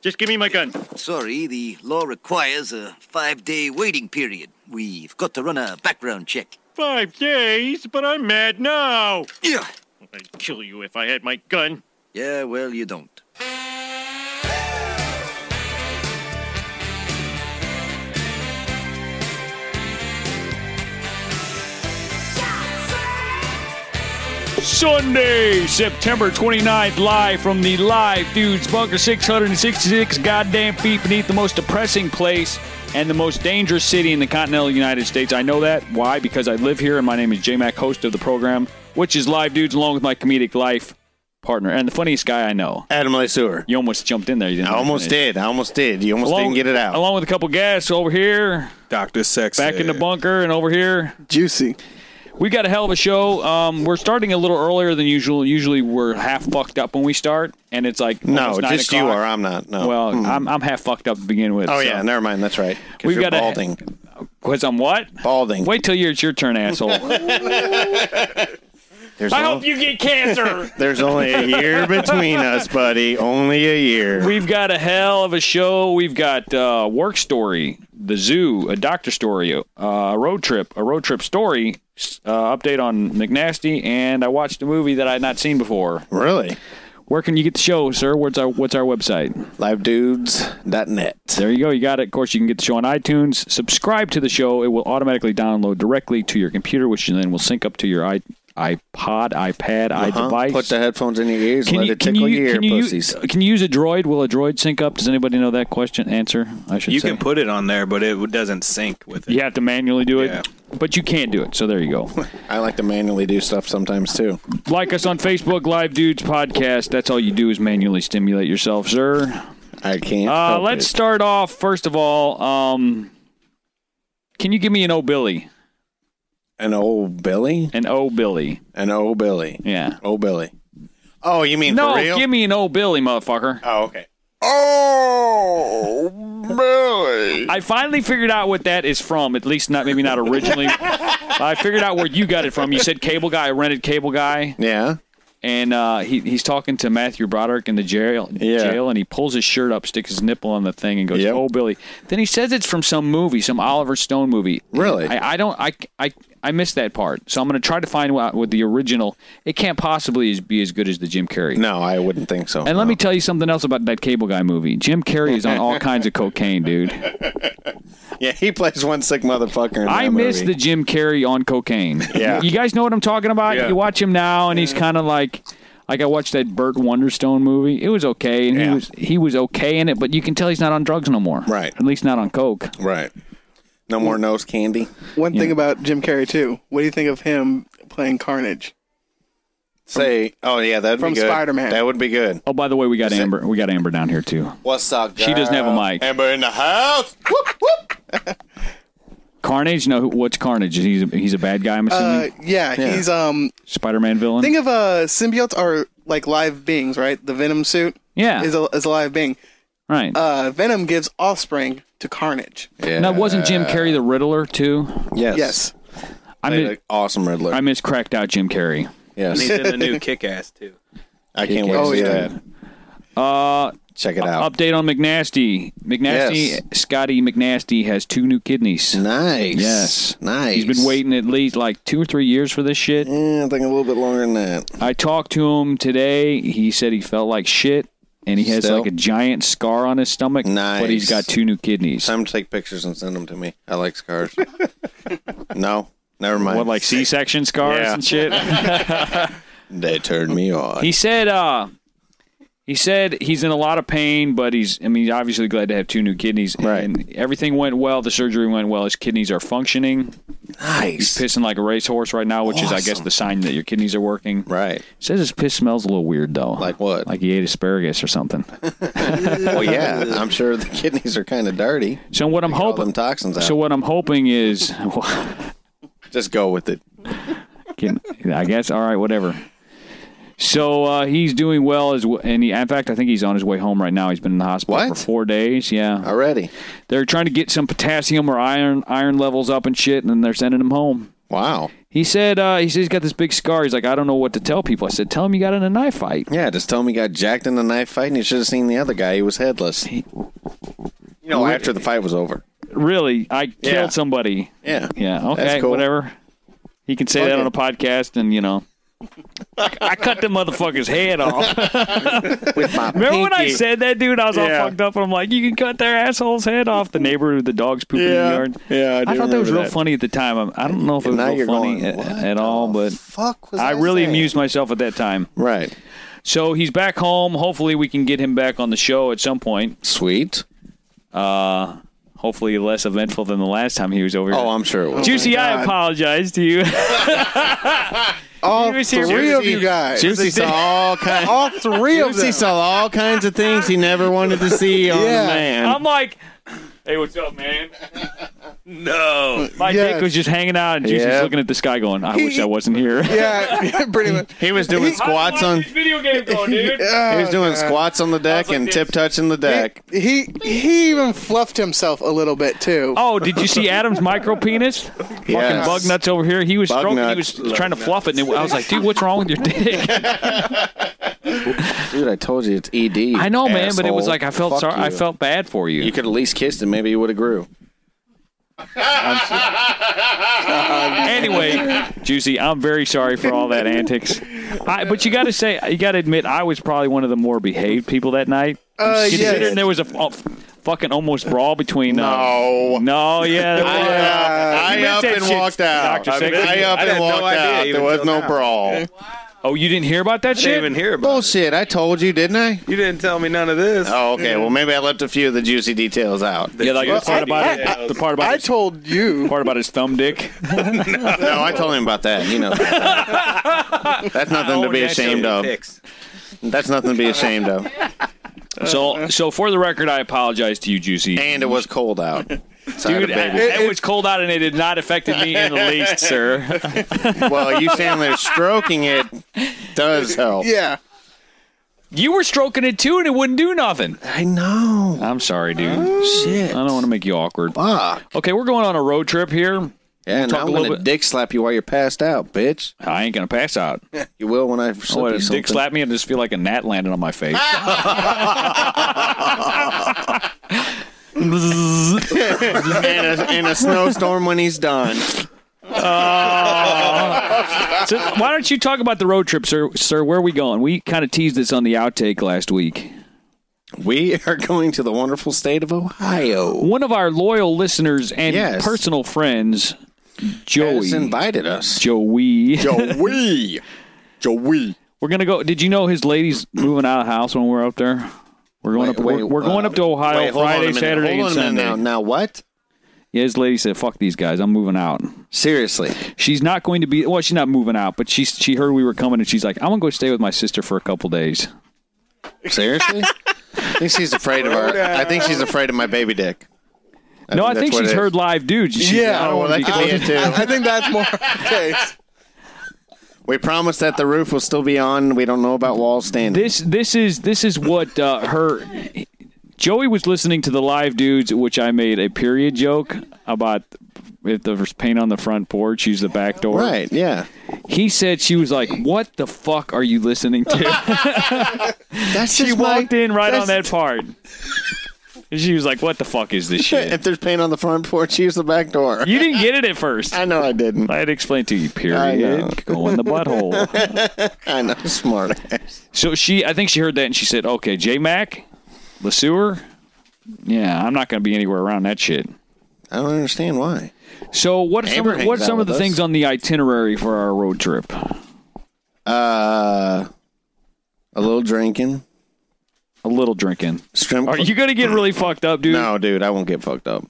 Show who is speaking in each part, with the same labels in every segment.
Speaker 1: Just give me my gun.
Speaker 2: Sorry, the law requires a five day waiting period. We've got to run a background check.
Speaker 1: Five days, but I'm mad now.
Speaker 2: Yeah.
Speaker 1: I'd kill you if I had my gun.
Speaker 2: Yeah, well, you don't.
Speaker 3: Sunday, September 29th, live from the live feuds bunker 666 goddamn feet beneath the most depressing place and the most dangerous city in the continental United States. I know that. Why? Because I live here and my name is J Mac, host of the program, which is Live Dudes, along with my comedic life partner and the funniest guy I know.
Speaker 4: Adam Lesueur.
Speaker 3: You almost jumped in there. You didn't
Speaker 4: I almost
Speaker 3: finish.
Speaker 4: did. I almost did. You almost
Speaker 3: Along-
Speaker 4: didn't get it out.
Speaker 3: Along with a couple guests over here,
Speaker 5: Doctor Sex.
Speaker 3: back in the bunker, and over here.
Speaker 6: Juicy.
Speaker 3: We got a hell of a show. Um, we're starting a little earlier than usual. Usually we're half fucked up when we start, and it's like
Speaker 4: no,
Speaker 3: almost nine
Speaker 4: just you
Speaker 3: o'clock.
Speaker 4: are. I'm not. No. Hmm.
Speaker 3: Well, I'm, I'm half fucked up to begin with.
Speaker 4: oh yeah, never mind. That's right. 'Cause
Speaker 3: We've
Speaker 4: you're
Speaker 3: got a-
Speaker 4: balding.
Speaker 3: because I'm what?
Speaker 4: balding.
Speaker 3: Wait till you're, it's your turn, asshole. I
Speaker 4: There's
Speaker 3: hope
Speaker 4: only-
Speaker 3: you get cancer.
Speaker 4: There's only a year between us, buddy. Only a year.
Speaker 3: We've got a hell of a show. We've got uh, work story, the zoo, a doctor story, uh, a road trip, a road trip story, s- uh, update on McNasty, and I watched a movie that I had not seen before.
Speaker 4: really?
Speaker 3: Where can you get the show, sir? What's our what's our website?
Speaker 4: Livedudes.net.
Speaker 3: There you go. You got it. Of course, you can get the show on iTunes. Subscribe to the show. It will automatically download directly to your computer, which then will sync up to your i iPod, iPad,
Speaker 4: Huh?
Speaker 3: iDevice.
Speaker 4: Uh-huh. Put the headphones in your ears
Speaker 3: can
Speaker 4: and
Speaker 3: you,
Speaker 4: let it
Speaker 3: can,
Speaker 4: tickle
Speaker 3: you,
Speaker 4: your
Speaker 3: can,
Speaker 4: ear
Speaker 3: you,
Speaker 4: pussies.
Speaker 3: can you use a droid? Will a droid sync up? Does anybody know that question? Answer, I should
Speaker 5: You
Speaker 3: say.
Speaker 5: can put it on there, but it doesn't sync with it.
Speaker 3: you have to manually do it,
Speaker 5: Yeah.
Speaker 3: but you can do it. So there you go.
Speaker 4: I like to manually do stuff sometimes too.
Speaker 3: like us on Facebook, Live Dudes Podcast. That's all you do is manually stimulate yourself, sir.
Speaker 4: I can't.
Speaker 3: Uh,
Speaker 4: help
Speaker 3: let's
Speaker 4: it.
Speaker 3: start off first of all. Um, can you give me an O Billy?
Speaker 4: An old Billy.
Speaker 3: An O Billy?
Speaker 4: An old Billy.
Speaker 3: Yeah.
Speaker 4: Old Billy. Oh, you mean
Speaker 3: No,
Speaker 4: for real?
Speaker 3: give me an old Billy, motherfucker.
Speaker 4: oh, okay. Oh, Billy.
Speaker 3: I finally figured out what that is from. At least not maybe not originally. I figured out where you got it from. You said Cable Guy. I rented Cable Guy,
Speaker 4: Yeah.
Speaker 3: and uh, he he's talking to Matthew Broderick in the jail.
Speaker 4: Yeah.
Speaker 3: Jail, and he pulls his shirt up, sticks his nipple on the thing, and goes,
Speaker 4: Yep.
Speaker 3: "Oh, Billy." Then he says it's from some movie, some Oliver Stone movie.
Speaker 4: Really?
Speaker 3: I, I don't. I I. I missed that part, so I'm going to try to find out what the original. It can't possibly is- be as good as the Jim Carrey.
Speaker 4: No, I wouldn't think so.
Speaker 3: And let
Speaker 4: no.
Speaker 3: me tell you something else about that Cable Guy movie. Jim Carrey is on all kinds of cocaine, dude.
Speaker 4: Yeah, he plays one sick motherfucker. In
Speaker 3: I
Speaker 4: that
Speaker 3: miss
Speaker 4: movie.
Speaker 3: the Jim Carrey on cocaine.
Speaker 4: Yeah.
Speaker 3: You guys know what I'm talking about?
Speaker 5: Yeah.
Speaker 3: You watch him now and he's kind of like like I watched that Burt Wonderstone movie. It was okay and he
Speaker 4: Yeah.
Speaker 3: was he was okay in it, but you can tell he's not on drugs no more.
Speaker 4: Right.
Speaker 3: At least not on coke.
Speaker 4: right. No more nose candy.
Speaker 6: One thing about Jim Carrey too. What do you think of him playing Carnage?
Speaker 4: Say, oh yeah, that'd
Speaker 6: From
Speaker 4: be good.
Speaker 6: Spider-Man.
Speaker 4: That would be good.
Speaker 3: Oh, by the way, we got Amber we got Amber down here too.
Speaker 4: What's up?
Speaker 3: She doesn't have a
Speaker 4: girl?
Speaker 3: mic.
Speaker 4: Amber in the house. Whoop whoop.
Speaker 3: Carnage? No, who- what's Carnage? He's a, he's a bad guy, I'm
Speaker 6: Uh,
Speaker 3: assuming.
Speaker 6: yeah, he's um.
Speaker 3: Spider-Man villain.
Speaker 6: Think of uh, symbiotes are like live beings, right? The Venom suit
Speaker 3: yeah.
Speaker 6: is a is a live being.
Speaker 3: right.
Speaker 6: Uh, Venom gives offspring to Carnage.
Speaker 4: Yeah.
Speaker 3: now wasn't Jim Carrey the Riddler too?
Speaker 4: Yes.
Speaker 6: Yes.
Speaker 3: I
Speaker 4: Played
Speaker 3: miss,
Speaker 4: an awesome Riddler.
Speaker 3: I miss cracked out Jim Carrey.
Speaker 5: And
Speaker 4: yes.
Speaker 5: he's in the new Kick Ass too.
Speaker 4: I can't wait to
Speaker 6: Oh,
Speaker 4: see
Speaker 6: yeah.
Speaker 4: that.
Speaker 3: Uh
Speaker 4: Check it out.
Speaker 3: Update on McNasty. McNasty,
Speaker 4: Yes.
Speaker 3: Scotty McNasty has two new kidneys.
Speaker 4: Nice.
Speaker 3: Yes.
Speaker 4: Nice.
Speaker 3: He's been waiting at least like two or three years for this shit.
Speaker 4: Yeah, I think a little bit longer than that.
Speaker 3: I talked to him today. He said he felt like shit and he has
Speaker 4: Still?
Speaker 3: like a giant scar on his stomach. But
Speaker 4: Nice.
Speaker 3: he's got two new kidneys.
Speaker 4: Time to take pictures and send them to me. I like scars. no, never mind.
Speaker 3: What, like C section scars
Speaker 4: Yeah.
Speaker 3: and shit?
Speaker 4: They turned me on.
Speaker 3: he said, uh, he said he's in a lot of pain, but he's, I mean, he's obviously glad to have two new kidneys.
Speaker 4: Right.
Speaker 3: And everything went well. The surgery went well. His kidneys are functioning.
Speaker 4: nice.
Speaker 3: Pissing like a racehorse right now, which is, I guess,
Speaker 4: Awesome.
Speaker 3: the sign that your kidneys are working.
Speaker 4: Right.
Speaker 3: Says his piss smells a little weird though.
Speaker 4: Like what?
Speaker 3: Like he ate asparagus or something.
Speaker 4: Well, yeah, I'm sure the kidneys are kind of dirty.
Speaker 3: So what I'm
Speaker 4: All them
Speaker 3: hoping.
Speaker 4: toxins out.
Speaker 3: So what I'm hoping is,
Speaker 4: just go with it.
Speaker 3: Can- I guess. All right, whatever. So uh, he's doing well as w and he, in fact, I think he's on his way home right now. He's been in the hospital for
Speaker 4: What?
Speaker 3: four days. Yeah,
Speaker 4: Already.
Speaker 3: they're trying to get some potassium or iron iron levels up and shit, and then they're sending him home.
Speaker 4: Wow.
Speaker 3: He said, uh, he says he's got this big scar. He's like, I don't know what to tell people. I said, tell him you got in a knife fight.
Speaker 4: Yeah, just tell him he got jacked in a knife fight, and you should have seen the other guy. He was headless. You know, after the fight was over.
Speaker 3: Really, I killed
Speaker 4: Yeah.
Speaker 3: somebody.
Speaker 4: Yeah.
Speaker 3: Yeah, okay,
Speaker 4: That's cool.
Speaker 3: whatever. He can say
Speaker 4: Fuck
Speaker 3: that
Speaker 4: it.
Speaker 3: on a podcast, and you know, I cut the motherfucker's head off.
Speaker 4: With my
Speaker 3: Remember when I
Speaker 4: pinky.
Speaker 3: said that, dude? I was
Speaker 5: Yeah.
Speaker 3: all fucked up, and I'm like, you can cut their asshole's head off. The neighbor with the dog's pooping in the yard.
Speaker 5: Yeah, I, do
Speaker 3: I thought that was real
Speaker 5: remember
Speaker 3: funny at the time. I'm- I don't know if it
Speaker 4: And
Speaker 3: was
Speaker 4: now
Speaker 3: real
Speaker 4: you're
Speaker 3: funny
Speaker 4: going,
Speaker 3: at,
Speaker 4: "What
Speaker 3: at all, but
Speaker 4: Fuck was
Speaker 3: I really
Speaker 4: saying?
Speaker 3: amused myself at that time.
Speaker 4: Right.
Speaker 3: So he's back home. Hopefully, we can get him back on the show at some point. Uh,
Speaker 4: Sweet.
Speaker 3: Hopefully, less eventful than the last time he was over.
Speaker 4: Oh,
Speaker 3: here.
Speaker 4: I'm sure it was.
Speaker 3: Juicy, I
Speaker 6: God.
Speaker 3: apologize to you.
Speaker 6: All
Speaker 3: You see-
Speaker 6: three of you guys.
Speaker 4: Juicy saw all kinds.
Speaker 6: All three of
Speaker 4: Juicy
Speaker 6: them.
Speaker 4: saw all kinds of things he never wanted to see on
Speaker 6: Yeah.
Speaker 4: the man.
Speaker 3: I'm like, hey, what's up, man?
Speaker 5: No.
Speaker 3: My
Speaker 6: Yes.
Speaker 3: dick was just hanging out, and Juicy's
Speaker 4: Yep.
Speaker 3: looking at the sky, going, "I wish I wasn't here."
Speaker 6: Yeah, pretty much.
Speaker 4: he was doing squats on.
Speaker 3: video game going, dude.
Speaker 4: He was doing squats on the deck
Speaker 3: uh, like
Speaker 4: and
Speaker 3: this.
Speaker 4: tip touching the deck.
Speaker 6: He he even fluffed himself a little bit too.
Speaker 3: Oh, did you see Adam's micro penis? Fucking
Speaker 4: Yes.
Speaker 3: bug nuts over here. He was
Speaker 4: Bug
Speaker 3: stroking.
Speaker 4: nuts.
Speaker 3: He was trying to fluff it, and I was like, "Dude, what's wrong with your dick?"
Speaker 4: Dude, I told you it's ED.
Speaker 3: I know, man, but it was
Speaker 4: asshole.
Speaker 3: like I felt
Speaker 4: Fuck
Speaker 3: sorry. I
Speaker 4: you.
Speaker 3: felt bad for you.
Speaker 4: You could at least kissed him. Maybe he would have grew.
Speaker 3: anyway, Juicy, I'm very sorry for all that antics. I, but you got to say, you got to admit, I was probably one of the more behaved people that night.
Speaker 6: Uh,
Speaker 3: Considering
Speaker 6: yes.
Speaker 3: there was a f- a fucking almost brawl between. Uh,
Speaker 4: No.
Speaker 3: no, yeah, there was.
Speaker 4: Uh, I,
Speaker 3: Uh, You missed
Speaker 4: up
Speaker 3: that
Speaker 4: and
Speaker 3: shit,
Speaker 4: walked out.
Speaker 3: Dr. Sexton.
Speaker 4: I up
Speaker 5: I had
Speaker 4: and
Speaker 5: no
Speaker 4: walked
Speaker 5: idea
Speaker 4: out.
Speaker 5: even
Speaker 4: There was
Speaker 5: till
Speaker 4: no
Speaker 5: now.
Speaker 4: brawl.
Speaker 3: oh, you didn't hear about that
Speaker 5: I didn't
Speaker 3: shit?
Speaker 5: even hear about it.
Speaker 4: Bullshit. I told you, didn't I?
Speaker 5: You didn't tell me none of this.
Speaker 4: Oh, okay. Well, maybe I left a few of the juicy details out.
Speaker 3: yeah, like the
Speaker 5: Well,
Speaker 3: part
Speaker 5: I-
Speaker 3: about it-
Speaker 5: I-
Speaker 3: the part about
Speaker 6: I
Speaker 3: his,
Speaker 6: told you.
Speaker 3: part about his thumb dick.
Speaker 4: No, I told him about that. You know, that's nothing to be
Speaker 3: that
Speaker 4: ashamed of.
Speaker 5: Picks.
Speaker 4: That's nothing to be ashamed of.
Speaker 3: So, so for the record, I apologize to you, Juicy.
Speaker 4: And it was cold out. So I had a
Speaker 3: Dude, I-
Speaker 4: baby.
Speaker 3: it was cold out and it had not affected me in the least, sir.
Speaker 4: well, you saying that stroking it does help.
Speaker 6: Yeah.
Speaker 3: You were stroking it too, and it wouldn't do nothing.
Speaker 4: I know.
Speaker 3: I'm sorry, dude.
Speaker 4: Shit.
Speaker 3: I don't want to make you awkward.
Speaker 4: Fuck.
Speaker 3: Okay, we're going on a road trip here.
Speaker 4: Yeah, and
Speaker 3: talk a
Speaker 4: I'm
Speaker 3: little
Speaker 4: gonna
Speaker 3: bit-
Speaker 4: dick slap you while you're passed out, bitch.
Speaker 3: I ain't gonna pass out.
Speaker 4: You will when I slip
Speaker 3: What,
Speaker 4: you
Speaker 3: if
Speaker 4: something.
Speaker 3: dick slap me and just feel like a gnat landed on my face.
Speaker 4: and, a, and a snowstorm when he's done.
Speaker 3: so why don't you talk about the road trip, sir? Sir, where are we going? We kind of teased this on the outtake last week.
Speaker 4: We are going to the wonderful state of Ohio.
Speaker 3: One of our loyal listeners and
Speaker 4: Yes.
Speaker 3: personal friends,
Speaker 4: Has
Speaker 3: Joey.
Speaker 4: invited us.
Speaker 3: Joey.
Speaker 4: Joey. Joey.
Speaker 3: We're gonna go. Did you know his lady's moving out of the house when we're up there? We're going
Speaker 4: Wait,
Speaker 3: up.
Speaker 4: wait,
Speaker 3: we're, we're going
Speaker 4: uh,
Speaker 3: up to Ohio
Speaker 4: Wait, hold on a
Speaker 3: Oh, Friday,
Speaker 4: minute.
Speaker 3: Saturday,
Speaker 4: Hold
Speaker 3: and
Speaker 4: on a minute
Speaker 3: Sunday.
Speaker 4: Now, now what?
Speaker 3: Yeah, his lady said, "Fuck these guys. I'm moving out."
Speaker 4: Seriously.
Speaker 3: She's not going to be. Well, she's not moving out, but she she heard we were coming, and she's like, "I'm gonna go stay with my sister for a couple days."
Speaker 4: Seriously? I think she's afraid of her. I think she's afraid of my baby dick.
Speaker 3: no, I think
Speaker 4: that's what
Speaker 3: she's
Speaker 4: it
Speaker 3: heard
Speaker 4: is.
Speaker 3: live dudes. She's like,
Speaker 6: Yeah,
Speaker 3: I don't
Speaker 4: well,
Speaker 3: want
Speaker 4: that
Speaker 3: to
Speaker 4: could be it
Speaker 3: be.
Speaker 4: too.
Speaker 6: I think that's more okay.
Speaker 4: We promised that the roof will still be on. We don't know about wall standing.
Speaker 3: This this is this is what uh, her. Joey was listening to the live dudes, which I made a period joke about if there's paint on the front porch, use the back door.
Speaker 4: Right, yeah.
Speaker 3: He said she was like, "What the fuck are you listening to?"
Speaker 4: That's
Speaker 3: she
Speaker 4: just my-
Speaker 3: walked in right on that
Speaker 4: that's-
Speaker 3: part. And She was like, "What the fuck is this shit?"
Speaker 4: If there's paint on the front porch, use the back door.
Speaker 3: You didn't get it at first.
Speaker 4: I know I didn't.
Speaker 3: I had explained to you.
Speaker 4: I know.
Speaker 3: Period. Go in the butthole.
Speaker 4: I know, smart ass.
Speaker 3: so she, I think she heard that and she said, "Okay, J Mac, Lesueur, yeah, I'm not going to be anywhere around that shit."
Speaker 4: I don't understand why.
Speaker 3: So what are some,
Speaker 4: Amber hangs
Speaker 3: what are some
Speaker 4: out
Speaker 3: of the
Speaker 4: with us.
Speaker 3: things on the itinerary for our road trip?
Speaker 4: Uh, a little drinking.
Speaker 3: A little drinking.
Speaker 4: Shrimp.
Speaker 3: Are you going to get really fucked up, dude?
Speaker 4: no, dude, I won't get fucked up.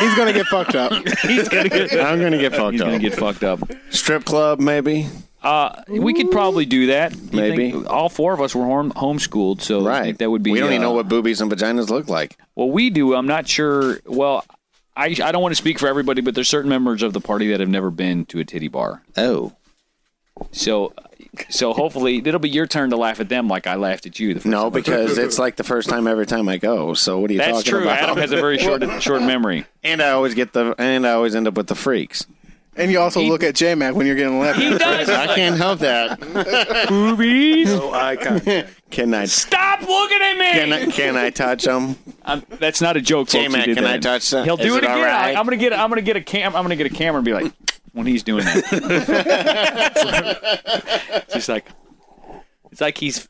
Speaker 6: He's gonna get fucked up.
Speaker 3: He's going to get.
Speaker 4: I'm gonna get fucked
Speaker 3: He's gonna
Speaker 4: up.
Speaker 3: get fucked up.
Speaker 4: Strip club, maybe.
Speaker 3: Uh, we could probably do that. You
Speaker 4: Maybe.
Speaker 3: think- all four of us were home, homeschooled, so I
Speaker 4: Right.
Speaker 3: think that would be.
Speaker 4: We don't even
Speaker 3: uh,
Speaker 4: know what boobies and vaginas look like.
Speaker 3: Well, we do. I'm not sure. Well, I I don't want to speak for everybody, but there's certain members of the party that have never been to a titty bar.
Speaker 4: Oh.
Speaker 3: So, so hopefully it'll be your turn to laugh at them like I laughed at you. The first
Speaker 4: No,
Speaker 3: time.
Speaker 4: because it's like the first time every time I go. So what are you
Speaker 3: that's
Speaker 4: talking
Speaker 3: true.
Speaker 4: about?
Speaker 3: Adam has a very short short memory.
Speaker 4: and I always get the and I always end up with the freaks.
Speaker 6: And you also look at J Mac when you're getting left.
Speaker 3: He does.
Speaker 4: I can't help that.
Speaker 3: Boobies.
Speaker 5: No eye contact.
Speaker 4: Can I?
Speaker 3: Stop looking at me.
Speaker 4: Can I, can I touch him?
Speaker 3: I'm- that's not a joke, folks.
Speaker 4: J-Mac,
Speaker 3: he did
Speaker 4: can I
Speaker 3: that.
Speaker 4: touch that?
Speaker 3: He'll do
Speaker 4: Is
Speaker 3: it,
Speaker 4: it all
Speaker 3: again. I-
Speaker 4: right?
Speaker 3: I'm gonna get. I'm gonna get a cam. I'm gonna get a camera and be like, when he's doing that. it's just like, it's like he's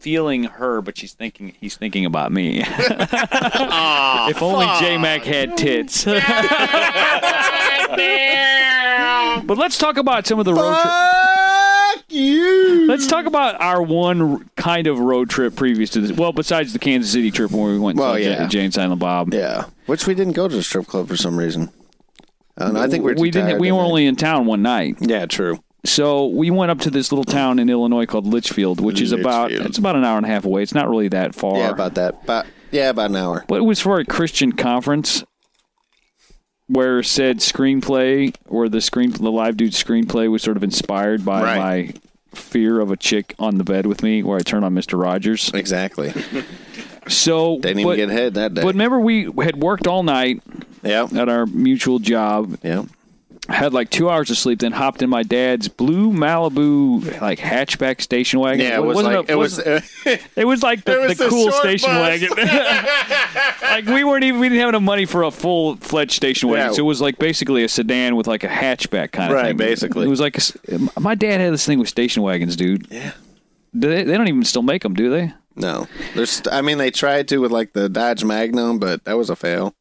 Speaker 3: feeling her, but she's thinking he's thinking about me. if only J Mac had tits. but let's talk about some of the road. Tri-
Speaker 4: Fuck you.
Speaker 3: let's talk about our one r- kind of road trip previous to this. Well, besides the Kansas City trip where we went
Speaker 4: Well,
Speaker 3: to
Speaker 4: yeah.
Speaker 3: Jane Silent Bob.
Speaker 4: Yeah, which we didn't go to the strip club for some reason. I don't know. I think we were too
Speaker 3: we didn't.
Speaker 4: tired,
Speaker 3: We
Speaker 4: I
Speaker 3: were
Speaker 4: think.
Speaker 3: only in town one night.
Speaker 4: Yeah, true.
Speaker 3: so we went up to this little town in Illinois called Litchfield, which is about
Speaker 4: Litchfield.
Speaker 3: it's about an hour and a half away. It's not really that far.
Speaker 4: Yeah, about that. But yeah, about an hour.
Speaker 3: but it was for a Christian conference where said screenplay where the screen the live dude screenplay was sort of inspired by
Speaker 4: Right.
Speaker 3: my fear of a chick on the bed with me where I turned on Mr. Rogers.
Speaker 4: Exactly.
Speaker 3: So
Speaker 4: Didn't even
Speaker 3: but,
Speaker 4: get head that day.
Speaker 3: but remember we had worked all night
Speaker 4: yeah.
Speaker 3: at our mutual job
Speaker 4: Yeah.
Speaker 3: had like two hours of sleep, then hopped in my dad's blue Malibu like hatchback station wagon.
Speaker 4: Yeah, it was
Speaker 3: wasn't
Speaker 4: like
Speaker 3: a-
Speaker 4: it was.
Speaker 3: wasn't- it was like the,
Speaker 4: it was
Speaker 3: the
Speaker 4: the
Speaker 3: cool
Speaker 4: short
Speaker 3: station
Speaker 4: bus.
Speaker 3: wagon. like we weren't even we didn't have enough money for a full fledged station wagon,
Speaker 4: Yeah.
Speaker 3: so it was like basically a sedan with like a hatchback kind of
Speaker 4: Right,
Speaker 3: thing.
Speaker 4: basically.
Speaker 3: it was like a s my dad had this thing with station wagons, dude.
Speaker 4: yeah.
Speaker 3: Do they, they don't even still make them, do they?
Speaker 4: No, there's. I mean, they tried to with like the Dodge Magnum, but that was a fail.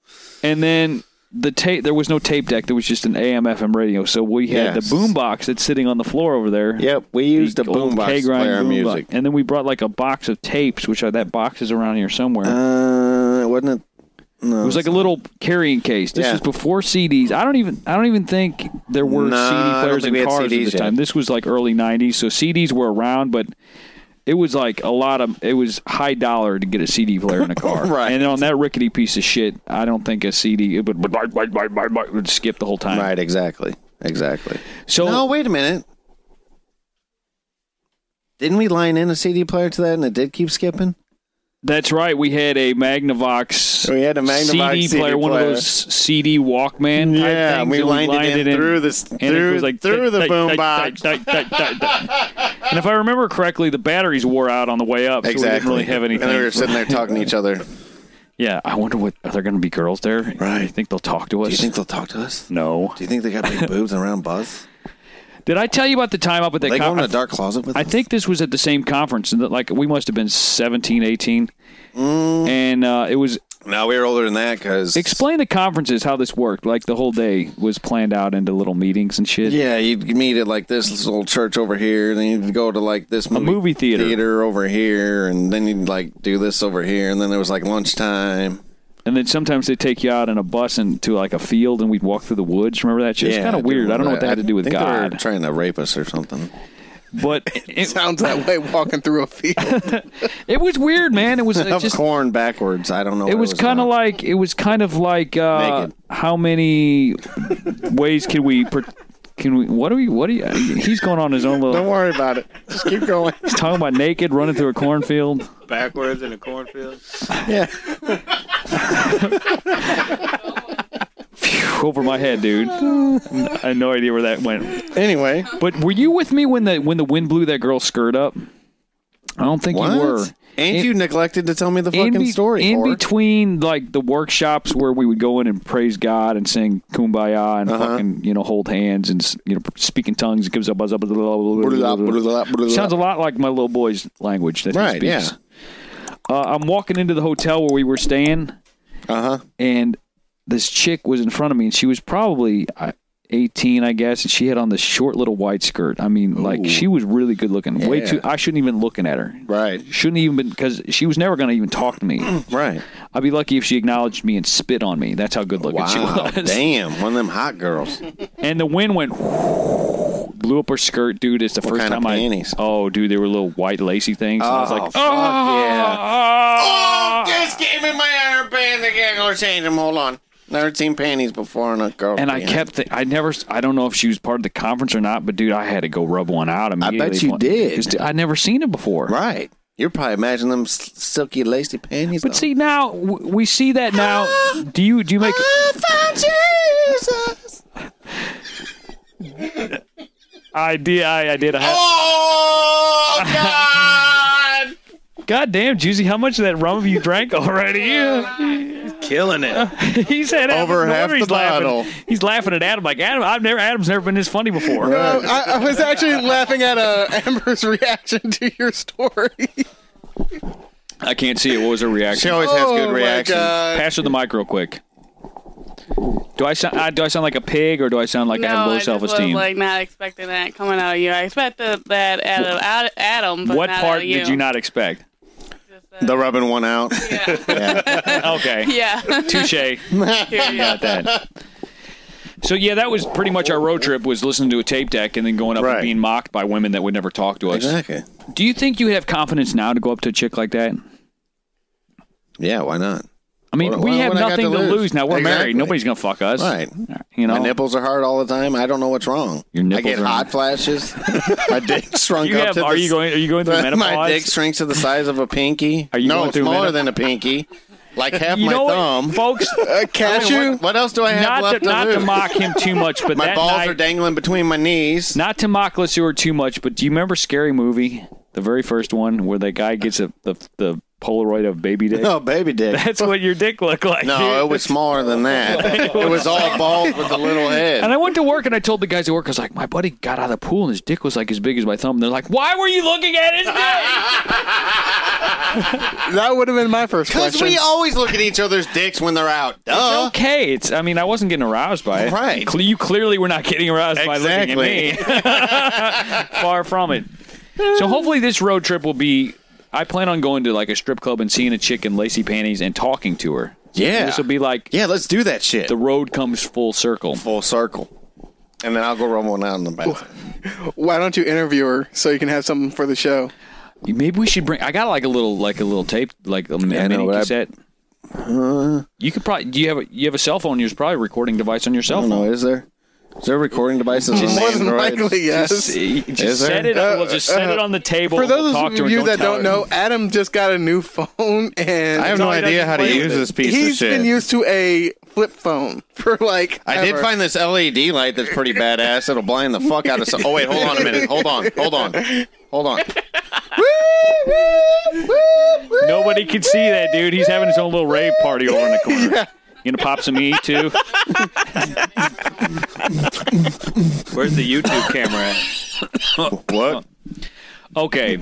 Speaker 3: And then the tape there was no tape deck; there was just an AM FM radio. So we had
Speaker 4: Yes.
Speaker 3: the boom box that's sitting on the floor over there.
Speaker 4: Yep, we used the
Speaker 3: the old
Speaker 4: boombox to
Speaker 3: K-Grind
Speaker 4: play our
Speaker 3: boombox.
Speaker 4: music.
Speaker 3: And then we brought like a box of tapes, which are that box is around here somewhere.
Speaker 4: Uh, wasn't it?
Speaker 3: it was like a little carrying case. This
Speaker 4: Yeah.
Speaker 3: was before CDs. I don't even I don't even think there were
Speaker 4: Nah, I don't
Speaker 3: CD players
Speaker 4: think we
Speaker 3: in
Speaker 4: had
Speaker 3: cars at
Speaker 4: CDs
Speaker 3: this time.
Speaker 4: yet.
Speaker 3: This was like early '90s, so CDs were around, but it was like a lot of it was high dollar to get a CD player in a car.
Speaker 4: Right.
Speaker 3: And on that rickety piece of shit, I don't think a CD it would, would skip the whole time.
Speaker 4: Right, exactly, exactly.
Speaker 3: So
Speaker 4: no, wait a minute. Didn't we line in a CD player to that, and it did keep skipping?
Speaker 3: That's right. We had a Magnavox.
Speaker 4: We had a Magnavox
Speaker 3: CD,
Speaker 4: CD
Speaker 3: player, one of
Speaker 4: player.
Speaker 3: those CD Walkman. type
Speaker 4: Yeah,
Speaker 3: things,
Speaker 4: we
Speaker 3: and
Speaker 4: lined it in through the-
Speaker 3: and it
Speaker 4: through-
Speaker 3: was like,
Speaker 4: through the
Speaker 3: dut,
Speaker 4: boom
Speaker 3: dut,
Speaker 4: box.
Speaker 3: dut, dut, dut, dut, dut. and if I remember correctly, the batteries wore out on the way up, so we didn't really have anything.
Speaker 4: And we were sitting there talking to each other. Do
Speaker 3: yeah, I wonder what are there going to be girls there?
Speaker 4: Right.
Speaker 3: You think they'll talk to us?
Speaker 4: you think they'll talk to us?
Speaker 3: no.
Speaker 4: Do you think they got big boobs and round butts?
Speaker 3: Did I tell you about the time up at the
Speaker 4: They go
Speaker 3: con-
Speaker 4: in a dark closet with
Speaker 3: I
Speaker 4: us?
Speaker 3: think this was at the same conference, and that, like we must have been 17, 18.
Speaker 4: Mm.
Speaker 3: and uh, it was
Speaker 4: No, we were older than that because.
Speaker 3: Explain the conferences how this worked. Like the whole day was planned out into little meetings and shit.
Speaker 4: yeah, you'd meet at like this, this little church over here, then you'd go to like this movie,
Speaker 3: movie theater.
Speaker 4: over here, and then you'd like do this over here, and then there was like lunchtime.
Speaker 3: And then sometimes they take you out in a bus and to like a field, and we'd walk through the woods. Remember that shit?
Speaker 4: Yeah,
Speaker 3: it's kind
Speaker 4: I
Speaker 3: of
Speaker 4: do
Speaker 3: weird. I don't know what
Speaker 4: remember
Speaker 3: that had to do with
Speaker 4: think they were
Speaker 3: God,
Speaker 4: trying to rape us or something.
Speaker 3: but it,
Speaker 6: Sounds that way walking through a field.
Speaker 3: it was weird, man. It was it
Speaker 4: Of
Speaker 3: just.
Speaker 4: corn backwards. I don't know.
Speaker 3: It was kind of
Speaker 4: about.
Speaker 3: like it was kind of like uh,
Speaker 4: Naked.
Speaker 3: how many ways can we per- can we what are we what are you he's going on his own little
Speaker 4: Don't worry about it. Just keep going.
Speaker 3: he's talking about naked running through a cornfield
Speaker 5: Backwards in a cornfield.
Speaker 4: yeah.
Speaker 3: over my head dude I had no idea where that went
Speaker 4: Anyway,
Speaker 3: But were you with me when the when the wind blew that girl's skirt up? I don't think
Speaker 4: what?
Speaker 3: you were.
Speaker 4: Ain't
Speaker 3: In-
Speaker 4: you neglected to tell me the
Speaker 3: in
Speaker 4: fucking
Speaker 3: be-
Speaker 4: story?
Speaker 3: in
Speaker 4: whore?
Speaker 3: between like the workshops where we would go in and praise God and sing kumbaya
Speaker 4: Uh-huh.
Speaker 3: and fucking you know hold hands and s- you know speak in tongues and gives up buzz up blah, blah, blah, blah, blah, blah. sounds a lot like my little boy's language that
Speaker 4: Right,
Speaker 3: he
Speaker 4: yeah.
Speaker 3: speaks. Uh, I'm walking into the hotel where we were staying
Speaker 4: Uh huh.
Speaker 3: and this chick was in front of me, and she was probably uh, 18, I guess, and she had on this short little white skirt. I mean, like she was really good looking. Way
Speaker 4: Yeah.
Speaker 3: too. I shouldn't even looking at her.
Speaker 4: Right.
Speaker 3: Shouldn't even been because she was never going to even talk to me.
Speaker 4: Right.
Speaker 3: I'd be lucky if she acknowledged me and spit on me. That's how good looking she
Speaker 4: Wow.
Speaker 3: was.
Speaker 4: Damn. One of them hot girls.
Speaker 3: And the wind went. Blew up her skirt, dude. It's the first
Speaker 4: kind of
Speaker 3: time I.
Speaker 4: panties? Oh,
Speaker 3: Oh, dude, they were little white lacy things. and I was like, "Oh,"
Speaker 4: fuck yeah.
Speaker 3: "Ah."
Speaker 4: Oh, Just gave me my iron pants. I can't go change them. Hold on. Never seen panties before on a girl.
Speaker 3: And I
Speaker 4: man.
Speaker 3: kept, th- I never, I don't know if she was part of the conference or not, but dude, I had to go rub one out immediately.
Speaker 4: you
Speaker 3: One-
Speaker 4: did.
Speaker 3: 'cause, dude, I'd never seen it before.
Speaker 4: Right. You're probably imagining them s- silky, lacy panties.
Speaker 3: But see now, w- we see that now. Do you do you make?
Speaker 4: I found Jesus.
Speaker 3: I did. I, I did. I had,
Speaker 7: Oh God!
Speaker 3: God damn, Juicy, how much of that rum have you drank already?
Speaker 4: Killing it.
Speaker 3: He's had
Speaker 4: Over
Speaker 3: Adam's
Speaker 4: half
Speaker 3: he's
Speaker 4: the
Speaker 3: laughing.
Speaker 4: bottle.
Speaker 3: He's laughing at Adam like Adam. I've never Adam's never been this funny before.
Speaker 6: Uh, I, I was actually laughing at uh, Amber's reaction to your story.
Speaker 4: Uh,
Speaker 3: I can't see it. What was her
Speaker 4: She
Speaker 3: reaction?
Speaker 4: always has good reactions.
Speaker 6: My God.
Speaker 3: Pass her the mic real quick. Do I sound? I, do I sound like a pig, or do I sound like I have
Speaker 8: no,
Speaker 3: low
Speaker 8: just
Speaker 3: self esteem?
Speaker 8: was like not expecting that coming out of you. I expected that out of out, Adam, but
Speaker 3: what
Speaker 8: not
Speaker 3: part
Speaker 8: out of you.
Speaker 3: did you not expect?
Speaker 4: The rubbing one out.
Speaker 3: Okay,
Speaker 8: Yeah.
Speaker 3: touche. Got that. So yeah, that was pretty much our road trip. Was listening to a tape deck and then going up and
Speaker 4: Right.
Speaker 3: being mocked by women that would never talk to us.
Speaker 4: Exactly.
Speaker 3: Do you think you would have confidence now to go up to a chick like that?
Speaker 4: Yeah, why not?
Speaker 3: I mean,
Speaker 4: Well,
Speaker 3: we
Speaker 4: well,
Speaker 3: have
Speaker 4: what I got
Speaker 3: nothing to
Speaker 4: to
Speaker 3: lose.
Speaker 4: lose?
Speaker 3: Now we're married.
Speaker 4: Exactly.
Speaker 3: Nobody's gonna fuck us.
Speaker 4: Right.
Speaker 3: You know.
Speaker 4: My nipples are hard all the time. I don't know what's wrong.
Speaker 3: Your
Speaker 4: I
Speaker 3: nipples
Speaker 4: get
Speaker 3: are-
Speaker 4: hot flashes. my dick shrunk
Speaker 3: You
Speaker 4: up
Speaker 3: have-
Speaker 4: to
Speaker 3: are
Speaker 4: the-
Speaker 3: you going- are you going through
Speaker 4: My
Speaker 3: menopause?
Speaker 4: dick shrinks to the size of a pinky.
Speaker 3: Are you
Speaker 4: no,
Speaker 3: going through
Speaker 4: smaller
Speaker 3: menop-
Speaker 4: than a pinky. Like half
Speaker 3: you
Speaker 4: my
Speaker 3: know
Speaker 4: thumb.
Speaker 3: what, folks?
Speaker 6: A cashew?
Speaker 4: What, what else do I have
Speaker 3: not
Speaker 4: left
Speaker 3: to, not
Speaker 4: lose?
Speaker 3: to mock him too much, but
Speaker 4: my
Speaker 3: that
Speaker 4: balls
Speaker 3: night,
Speaker 4: are dangling between my knees.
Speaker 3: not to mock Lesueur too much. But do you remember Scary Movie, the very first one, where that guy gets a, the the Polaroid of baby dick?
Speaker 4: No, baby dick.
Speaker 3: That's what your dick looked like.
Speaker 4: No, it was smaller than that. It was all balls with a little
Speaker 3: And
Speaker 4: head.
Speaker 3: I went to work and I told the guys at work, I was like, my buddy got out of the pool and his dick was like as big as my thumb. They're like, why were you looking at his dick?
Speaker 6: That would have been my first
Speaker 4: Because
Speaker 6: question.
Speaker 4: we always look at each other's dicks when they're out. Duh.
Speaker 3: okay. It's, I mean, I wasn't getting aroused by it.
Speaker 4: Right.
Speaker 3: Cle- You clearly were not getting aroused by looking at me. Far from it. So hopefully this road trip will be. I plan on going to like a strip club and seeing a chick in lacy panties and talking to her.
Speaker 4: Yeah.
Speaker 3: This will be like
Speaker 4: Yeah, let's do that shit.
Speaker 3: the road comes full circle.
Speaker 4: full circle. And then I'll go rub one out in the bathroom.
Speaker 6: Why don't you interview her so you can have something for the show?
Speaker 3: Maybe we should bring. I got like a little like a little tape like a mi-
Speaker 4: I
Speaker 3: mini
Speaker 4: know, but I-
Speaker 3: cassette. you could probably. Do you have a you have a cell phone? You're probably a recording device on your
Speaker 4: I
Speaker 3: cell
Speaker 4: don't
Speaker 3: phone.
Speaker 4: know, is there? Is there recording devices on
Speaker 6: More than
Speaker 4: Androids?
Speaker 6: likely, yes.
Speaker 3: Just, just
Speaker 4: Is there? Uh,
Speaker 3: set it. we'll just set it on the table.
Speaker 6: for
Speaker 3: and we'll
Speaker 6: those
Speaker 3: talk to her
Speaker 6: of
Speaker 3: and
Speaker 6: you that
Speaker 3: tell
Speaker 6: don't
Speaker 3: her.
Speaker 6: know, Adam just got a new phone and
Speaker 4: I have no
Speaker 3: all he does
Speaker 4: idea
Speaker 3: is
Speaker 4: how to
Speaker 3: play
Speaker 4: use
Speaker 3: with it.
Speaker 4: this piece of
Speaker 6: he's
Speaker 4: shit.
Speaker 6: been used to a flip phone for like.
Speaker 4: I did
Speaker 6: ever.
Speaker 4: find this LED light that's pretty badass. It'll blind the fuck out of some. Oh wait, hold on a minute. Hold on. Hold on. Hold on.
Speaker 3: Nobody can see that dude. He's having his own little rave party over in the corner. You gonna pop some E too?
Speaker 5: Where's the YouTube camera at?
Speaker 4: What?
Speaker 3: Okay.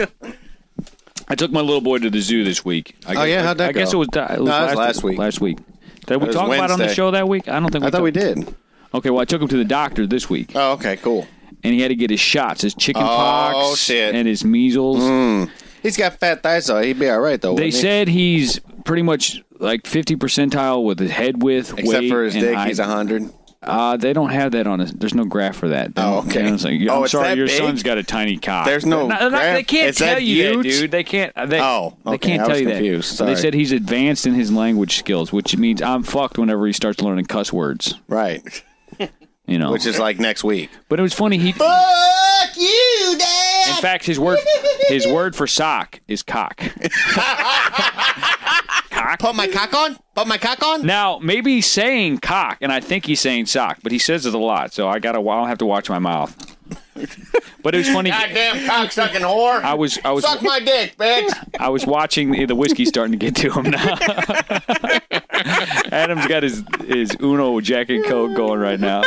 Speaker 3: I took my little boy to the zoo this week. I
Speaker 4: Oh, yeah? How'd that
Speaker 3: I guess it
Speaker 4: go?
Speaker 3: was, di- it was
Speaker 4: No, that
Speaker 3: last,
Speaker 4: was last week.
Speaker 3: Last week. Did we
Speaker 4: was
Speaker 3: talk about it on the
Speaker 4: Wednesday.
Speaker 3: show that week? I don't think we
Speaker 4: I thought we
Speaker 3: talked-
Speaker 4: did.
Speaker 3: Okay, well, I took him to the doctor this week,
Speaker 4: Oh, okay, cool.
Speaker 3: and he had to get his shots, his chicken pox,
Speaker 4: Oh, shit.
Speaker 3: and his measles.
Speaker 4: He's got fat thighs, though. He'd be all right, though.
Speaker 3: They
Speaker 4: wouldn't he?
Speaker 3: said he's pretty much like 50 percentile with his head width,
Speaker 4: except
Speaker 3: weight,
Speaker 4: for his
Speaker 3: and
Speaker 4: dick,
Speaker 3: height.
Speaker 4: he's hundred.
Speaker 3: Uh, they don't have that on. A, there's no graph for that. They
Speaker 4: Oh,
Speaker 3: don't- they
Speaker 4: okay.
Speaker 3: don't say, "Yeah,
Speaker 4: Oh,
Speaker 3: I'm
Speaker 4: it's
Speaker 3: sorry,
Speaker 4: that
Speaker 3: your
Speaker 4: big?
Speaker 3: son's got a tiny cock.
Speaker 4: There's no
Speaker 3: They're not- they're not- they
Speaker 4: graph?
Speaker 3: can't
Speaker 4: Is
Speaker 3: tell
Speaker 4: that
Speaker 3: you that,
Speaker 4: huge?
Speaker 3: dude. They can't. uh, They,
Speaker 4: Oh,
Speaker 3: they
Speaker 4: okay,
Speaker 3: can't
Speaker 4: I
Speaker 3: tell
Speaker 4: was
Speaker 3: you
Speaker 4: confused.
Speaker 3: that. They
Speaker 4: Sorry.
Speaker 3: said he's advanced in his language skills, which means I'm fucked whenever he starts learning cuss words.
Speaker 4: Right,
Speaker 3: You know.
Speaker 4: which is like next week.
Speaker 3: but it was funny. He.
Speaker 4: Fuck you, Dad.
Speaker 3: In fact, his word his word for sock is cock.
Speaker 4: Put my cock on. Put my cock on.
Speaker 3: Now, maybe he's saying cock, and I think he's saying sock, but he says it a lot, so I gotta. I'll have to watch my mouth. But it was funny.
Speaker 4: Goddamn cock sucking whore.
Speaker 3: I was I was
Speaker 4: Suck my dick, bitch.
Speaker 3: I was watching the, the whiskey starting to get to him now. Adam's got his his Uno Jack and Coke going right now.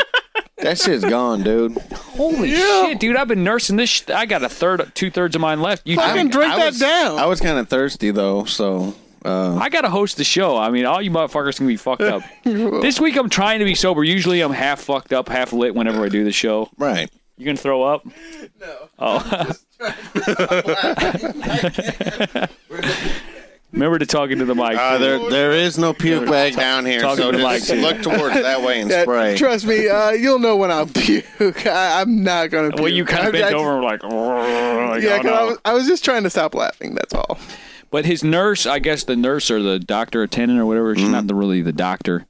Speaker 4: that shit's gone, dude.
Speaker 3: Holy shit, dude! I've been nursing this. Sh- I got a third, two thirds of mine left. You,
Speaker 6: Fucking
Speaker 3: I,
Speaker 6: drink
Speaker 4: I
Speaker 6: that
Speaker 4: was-
Speaker 6: down.
Speaker 4: I was kind of thirsty though, so uh,
Speaker 3: gotta host the show. I mean, all you motherfuckers can be fucked up. this week I'm trying to be sober. Usually I'm half fucked up, half lit whenever I do the show.
Speaker 4: right.
Speaker 3: You gonna throw up? Oh. Remember to talking to the mic.
Speaker 4: Uh,
Speaker 3: too.
Speaker 4: there, there is no puke bag down here,
Speaker 3: talking
Speaker 4: so
Speaker 3: to
Speaker 4: just
Speaker 3: Mike, too.
Speaker 4: look towards that way and
Speaker 6: Yeah,
Speaker 4: spray.
Speaker 6: Trust me, uh, you'll know when I'll puke. I, I'm not gonna. Puke.
Speaker 3: well, you kind
Speaker 6: I-
Speaker 3: of bent
Speaker 6: I-
Speaker 3: over and were like, like,
Speaker 6: Yeah,
Speaker 3: oh,
Speaker 6: 'cause
Speaker 3: no.
Speaker 4: uh,
Speaker 6: I, was, I was just trying to stop laughing. That's all.
Speaker 3: But his nurse, I guess the nurse or the doctor attendant or whatever, she's not the, really the doctor.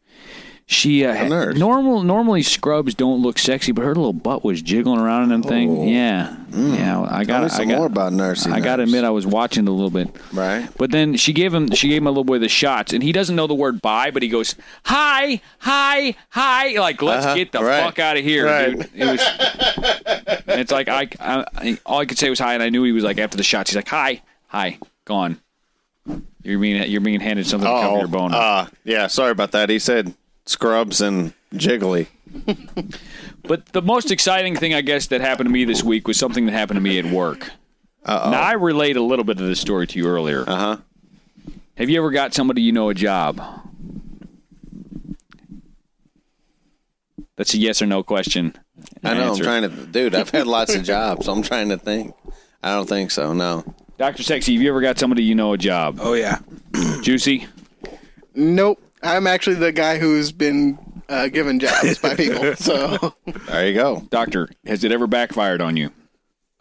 Speaker 3: She uh, had-
Speaker 4: Mm-hmm. nurse.
Speaker 3: normal normally scrubs don't look sexy, but her little butt was jiggling around in them thing. Yeah, yeah. I
Speaker 4: Oh. Mm. Tell me
Speaker 3: got.
Speaker 4: some
Speaker 3: I got.
Speaker 4: more about nursing.
Speaker 3: I got to
Speaker 4: nurse.
Speaker 3: admit, I was watching it a little bit.
Speaker 4: Right.
Speaker 3: But then she gave him she gave my little boy the shots, and he doesn't know the word "bye," but he goes "hi, hi, hi," like let's
Speaker 4: Uh-huh,
Speaker 3: get the
Speaker 4: right.
Speaker 3: fuck out of here,
Speaker 4: Right.
Speaker 3: dude. It was. it's like I, I, all I could say was hi, and I knew he was like after the shots. He's like hi, hi, gone. You're being you're being handed something to cover your bone.
Speaker 4: Uh, yeah, sorry about that. He said scrubs and jiggly.
Speaker 3: But the most exciting thing, I guess, that happened to me this week was something that happened to me at work. Now, I relayed a little bit of this story to you earlier. Uh
Speaker 4: Uh-huh.
Speaker 3: huh. Have you ever got somebody you know a job? That's a yes or no question.
Speaker 4: I know.
Speaker 3: Answer.
Speaker 4: I'm trying to, dude. I've had lots of jobs. I'm trying to think. I don't think so. No.
Speaker 3: Dr. Sexy, have you ever got somebody you know a job?
Speaker 5: Oh yeah.
Speaker 3: Juicy?
Speaker 6: Nope. I'm actually the guy who's been uh, given jobs by people. So
Speaker 4: There you go.
Speaker 3: Doctor, has it ever backfired on you?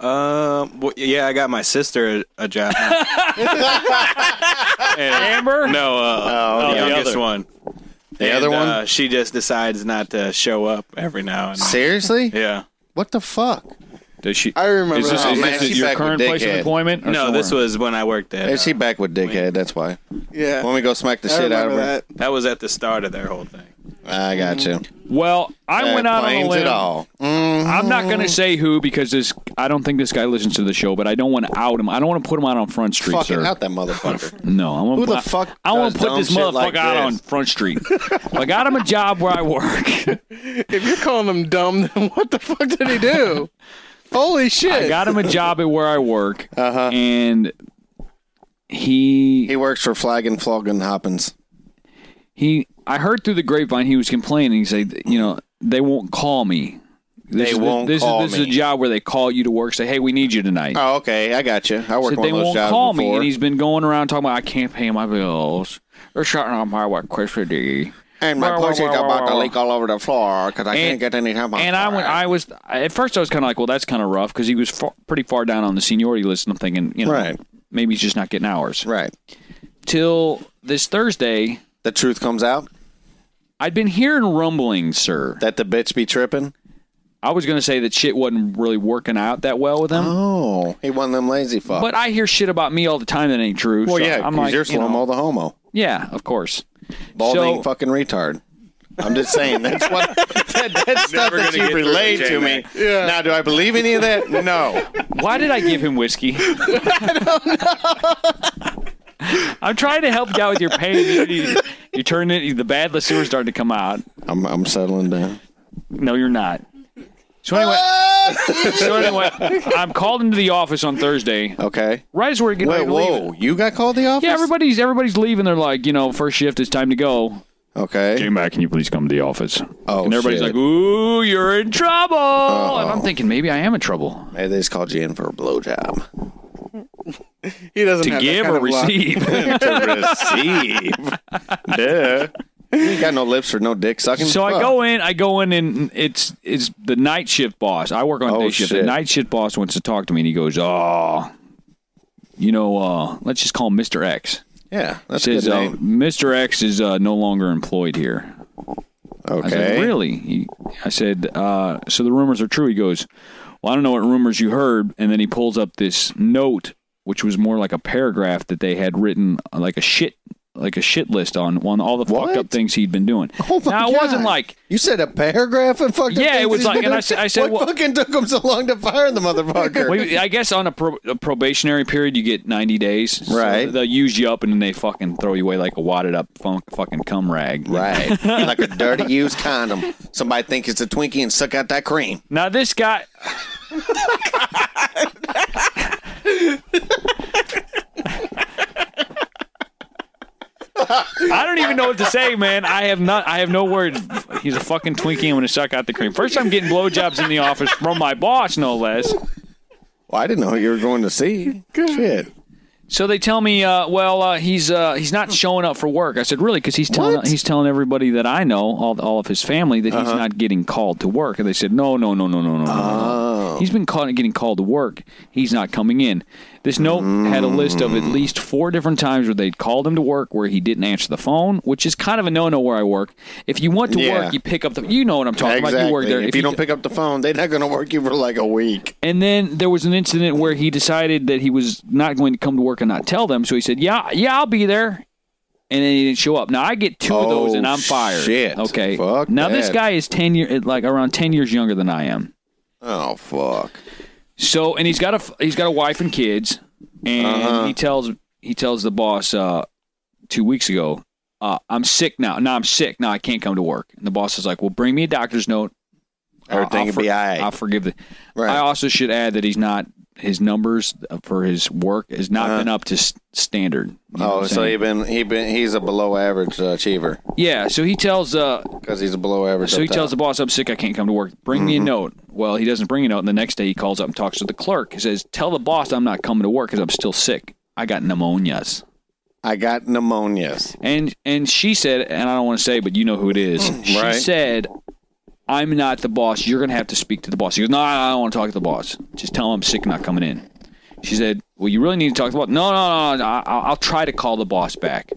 Speaker 5: Um. Well, yeah, I got my sister a, a job.
Speaker 3: Amber?
Speaker 5: no, uh, the
Speaker 1: the
Speaker 5: youngest
Speaker 1: other.
Speaker 5: one.
Speaker 4: The other one?
Speaker 5: Uh, she just decides not to show up every now and then.
Speaker 4: Seriously?
Speaker 5: Yeah.
Speaker 4: What the fuck?
Speaker 3: Does she?
Speaker 6: I remember.
Speaker 3: Is this,
Speaker 6: how-
Speaker 3: is
Speaker 4: man,
Speaker 3: this
Speaker 4: she's
Speaker 3: your
Speaker 4: back with
Speaker 3: current place of
Speaker 4: dickhead.
Speaker 3: employment? or
Speaker 5: No, this
Speaker 3: somewhere?
Speaker 5: was when I worked at.
Speaker 4: Is
Speaker 5: uh,
Speaker 4: he back with dickhead? That's why.
Speaker 6: yeah.
Speaker 4: When we go smack the
Speaker 6: I
Speaker 4: shit out of
Speaker 6: remember
Speaker 4: her.
Speaker 6: that.
Speaker 5: that was at the start of their whole thing.
Speaker 4: I got you.
Speaker 3: Well, I
Speaker 4: That
Speaker 3: went out on a
Speaker 4: explains
Speaker 3: limb.
Speaker 4: it all.
Speaker 3: I'm not
Speaker 4: Oh.
Speaker 3: going to say who because this. I don't think this guy listens to the show, but I don't want to out him. I don't want to put him out on Front Street,
Speaker 4: Fucking
Speaker 3: sir.
Speaker 4: out that motherfucker.
Speaker 3: No, I want
Speaker 4: Who the fuck
Speaker 3: I, want to
Speaker 4: does
Speaker 3: put
Speaker 4: dumb
Speaker 3: this
Speaker 4: shit
Speaker 3: motherfucker
Speaker 4: like
Speaker 3: out
Speaker 4: this?
Speaker 3: on Front Street. I got him a job where I work.
Speaker 6: If you're calling him dumb, then what the fuck did he do? Holy shit!
Speaker 3: I got him a job at where I work, uh-huh. and
Speaker 4: he
Speaker 3: he
Speaker 4: works for Flaggin' Floggin' Hoppins.
Speaker 3: he. I heard through the grapevine he was complaining. He said, "You know, they won't call me. This
Speaker 4: They
Speaker 3: is the-
Speaker 4: won't
Speaker 3: this
Speaker 4: call
Speaker 3: is, this
Speaker 4: me.
Speaker 3: is a job where they call you to work. Say, hey, we need you tonight."
Speaker 4: Oh, okay. I got you. I worked
Speaker 3: said
Speaker 4: one
Speaker 3: they
Speaker 4: of those
Speaker 3: won't
Speaker 4: jobs
Speaker 3: call me,
Speaker 4: before.
Speaker 3: and he's been going around talking about I can't pay my bills. They're shutting off my electricity.
Speaker 4: and my
Speaker 3: Wah, wah,
Speaker 4: pussy's
Speaker 3: wah, wah,
Speaker 4: about to
Speaker 3: wah.
Speaker 4: leak all over the floor because I
Speaker 3: And-
Speaker 4: can't get any help.
Speaker 3: And I went, I was at first I was kind of like, well, that's kind of rough because he was far, pretty far down on the seniority list, and I'm thinking, you know,
Speaker 4: Right.
Speaker 3: maybe he's just not getting hours.
Speaker 4: right.
Speaker 3: Till this Thursday,
Speaker 4: The truth comes out
Speaker 3: I'd been hearing rumblings, sir.
Speaker 4: that the bitch be tripping.
Speaker 3: I was going to say that shit wasn't really working out that well with him,
Speaker 4: Oh, he won them lazy fuck.
Speaker 3: but I hear shit about me all the time that ain't true.
Speaker 4: well,
Speaker 3: so
Speaker 4: yeah,
Speaker 3: I'm
Speaker 4: 'cause
Speaker 3: like,
Speaker 4: you're
Speaker 3: you know,
Speaker 4: slow-mo the homo,
Speaker 3: yeah, of course.
Speaker 4: balding
Speaker 3: So-
Speaker 4: fucking retard. I'm just saying that's what that, that's stuff that you relate to me.
Speaker 6: Yeah.
Speaker 4: Now, do I believe any of that? No.
Speaker 3: Why did I give him whiskey? I don't know. I'm trying to help you out with your pain. You, you, you turn it. The bad listeners starting to come out.
Speaker 4: I'm I'm settling down.
Speaker 3: No, you're not. So anyway, so anyway, I'm called into the office on Thursday.
Speaker 4: Okay.
Speaker 3: Right as we're getting
Speaker 4: Wait,
Speaker 3: ready to leave.
Speaker 4: whoa! You got called the office?
Speaker 3: Yeah, everybody's everybody's leaving. They're like, you know, first shift, it's time to go.
Speaker 4: Okay.
Speaker 3: Hey, Matt, can you please come to the office?
Speaker 4: Oh,
Speaker 3: and everybody's
Speaker 4: shit.
Speaker 3: like, ooh, you're in trouble. And I'm thinking maybe I am in trouble.
Speaker 4: Hey, they just called you in for a blowjob.
Speaker 6: he doesn't
Speaker 3: To
Speaker 6: have
Speaker 3: give
Speaker 6: that kind
Speaker 3: or
Speaker 6: of luck.
Speaker 3: receive.
Speaker 4: receive. Duh. You ain't got no lips for no dick sucking.
Speaker 3: So I
Speaker 4: Fuck.
Speaker 3: go in, I go in, and it's it's the night shift boss. I work on
Speaker 4: Oh,
Speaker 3: day shift. The
Speaker 4: shit.
Speaker 3: night shift boss wants to talk to me, and he goes, "Oh, you know, uh, let's just call him Mister X."
Speaker 4: Yeah, that's a
Speaker 3: Says
Speaker 4: good
Speaker 3: uh,
Speaker 4: name.
Speaker 3: Mister X is uh, no longer employed here.
Speaker 4: Okay.
Speaker 3: I said, "Really?" He, I said, uh, "So the rumors are true." He goes, "Well, I don't know what rumors you heard," and then he pulls up this note, which was more like a paragraph that they had written, uh, like a shit, like a shit list on on all the
Speaker 4: What?
Speaker 3: fucked up things he'd been doing.
Speaker 4: Oh my
Speaker 3: now it wasn't
Speaker 4: God.
Speaker 3: like.
Speaker 4: you said a paragraph and fucking
Speaker 3: Yeah, it
Speaker 4: things
Speaker 3: was
Speaker 4: he's
Speaker 3: like-
Speaker 4: been
Speaker 3: and I
Speaker 4: up
Speaker 3: said-
Speaker 4: to-
Speaker 3: I said,
Speaker 4: what
Speaker 3: "What-
Speaker 4: fucking took him so long to fire the motherfucker?
Speaker 3: Wait, I guess on a, pro- a probationary period, you get 90 days. So
Speaker 4: Right.
Speaker 3: they'll use you up and then they fucking throw you away like a wadded up funk, fucking cum rag.
Speaker 4: right, like a dirty used condom. Somebody think it's a Twinkie and suck out that cream.
Speaker 3: Now, this guy. I don't even know what to say, man. I have not. I have no words. He's a fucking Twinkie. I'm gonna suck out the cream. First, I'm getting blowjobs in the office from my boss, no less.
Speaker 4: Well, I didn't know who you were going to see. Shit.
Speaker 3: So they tell me, uh, well, uh, he's uh, he's not showing up for work. I said, really? Because he's telling
Speaker 4: What? Uh-huh.
Speaker 3: he's telling everybody that
Speaker 4: Oh.
Speaker 3: I know, all all of his family, that he's not getting called to work. And they said, no, no, no, no, no, no, no, no. He's been caught getting called to work. He's not coming in. This note had a list of at
Speaker 4: Mm.
Speaker 3: least four different times where they called him to work where he didn't answer the phone, which is kind of a no-no where I work. If you want to
Speaker 4: Yeah.
Speaker 3: work, you pick up the. You know what I'm talking
Speaker 4: exactly.
Speaker 3: about. You work there.
Speaker 4: If, you, don't pick up the phone, they're not going to work you for like a week.
Speaker 3: And then there was an incident where he decided that he was not going to come to work and not tell them. So he said, "Yeah, yeah, I'll be there." And then he didn't show up. Now I get two of those
Speaker 4: Oh,
Speaker 3: and I'm fired.
Speaker 4: shit.
Speaker 3: Okay.
Speaker 4: Fuck
Speaker 3: now this
Speaker 4: that.
Speaker 3: guy is ten year, like around ten years younger than I am.
Speaker 4: Oh fuck!
Speaker 3: So and he's got a f- he's got a wife and kids, and
Speaker 4: Uh-huh.
Speaker 3: he tells he tells the boss uh, two weeks ago, uh, "I'm sick now. No, I'm sick now. I can't come to work." And the boss is like, "Well, bring me a doctor's note. I'll-
Speaker 4: Everything
Speaker 3: I'll
Speaker 4: will be
Speaker 3: for-
Speaker 4: all right.
Speaker 3: I'll forgive the."
Speaker 4: Right.
Speaker 3: I also should add that he's not his numbers for his work has not
Speaker 4: Uh-huh.
Speaker 3: been up to s- standard. You know what
Speaker 4: oh,
Speaker 3: I'm
Speaker 4: so he
Speaker 3: saying?
Speaker 4: been he been he's a below average uh, achiever
Speaker 3: yeah. So he tells uh,
Speaker 4: because he's a below average.
Speaker 3: so he
Speaker 4: up top.
Speaker 3: tells the boss, "I'm sick. I can't come to work. Bring me a note." Well, he doesn't bring a note, and the next day he calls up and talks to the clerk. He says, "Tell the boss I'm not coming to work because I'm still sick. I got pneumonias."
Speaker 4: I got pneumonias.
Speaker 3: And and she said, and I don't want to say, but you know who it is. She
Speaker 4: Right.
Speaker 3: said, "I'm not the boss. You're going to have to speak to the boss." He goes, "No, I don't want to talk to the boss. Just tell him I'm sick, and not coming in." She said, "Well, you really need to talk to the boss." No, no, no. no I, I'll I'll try to call the boss back.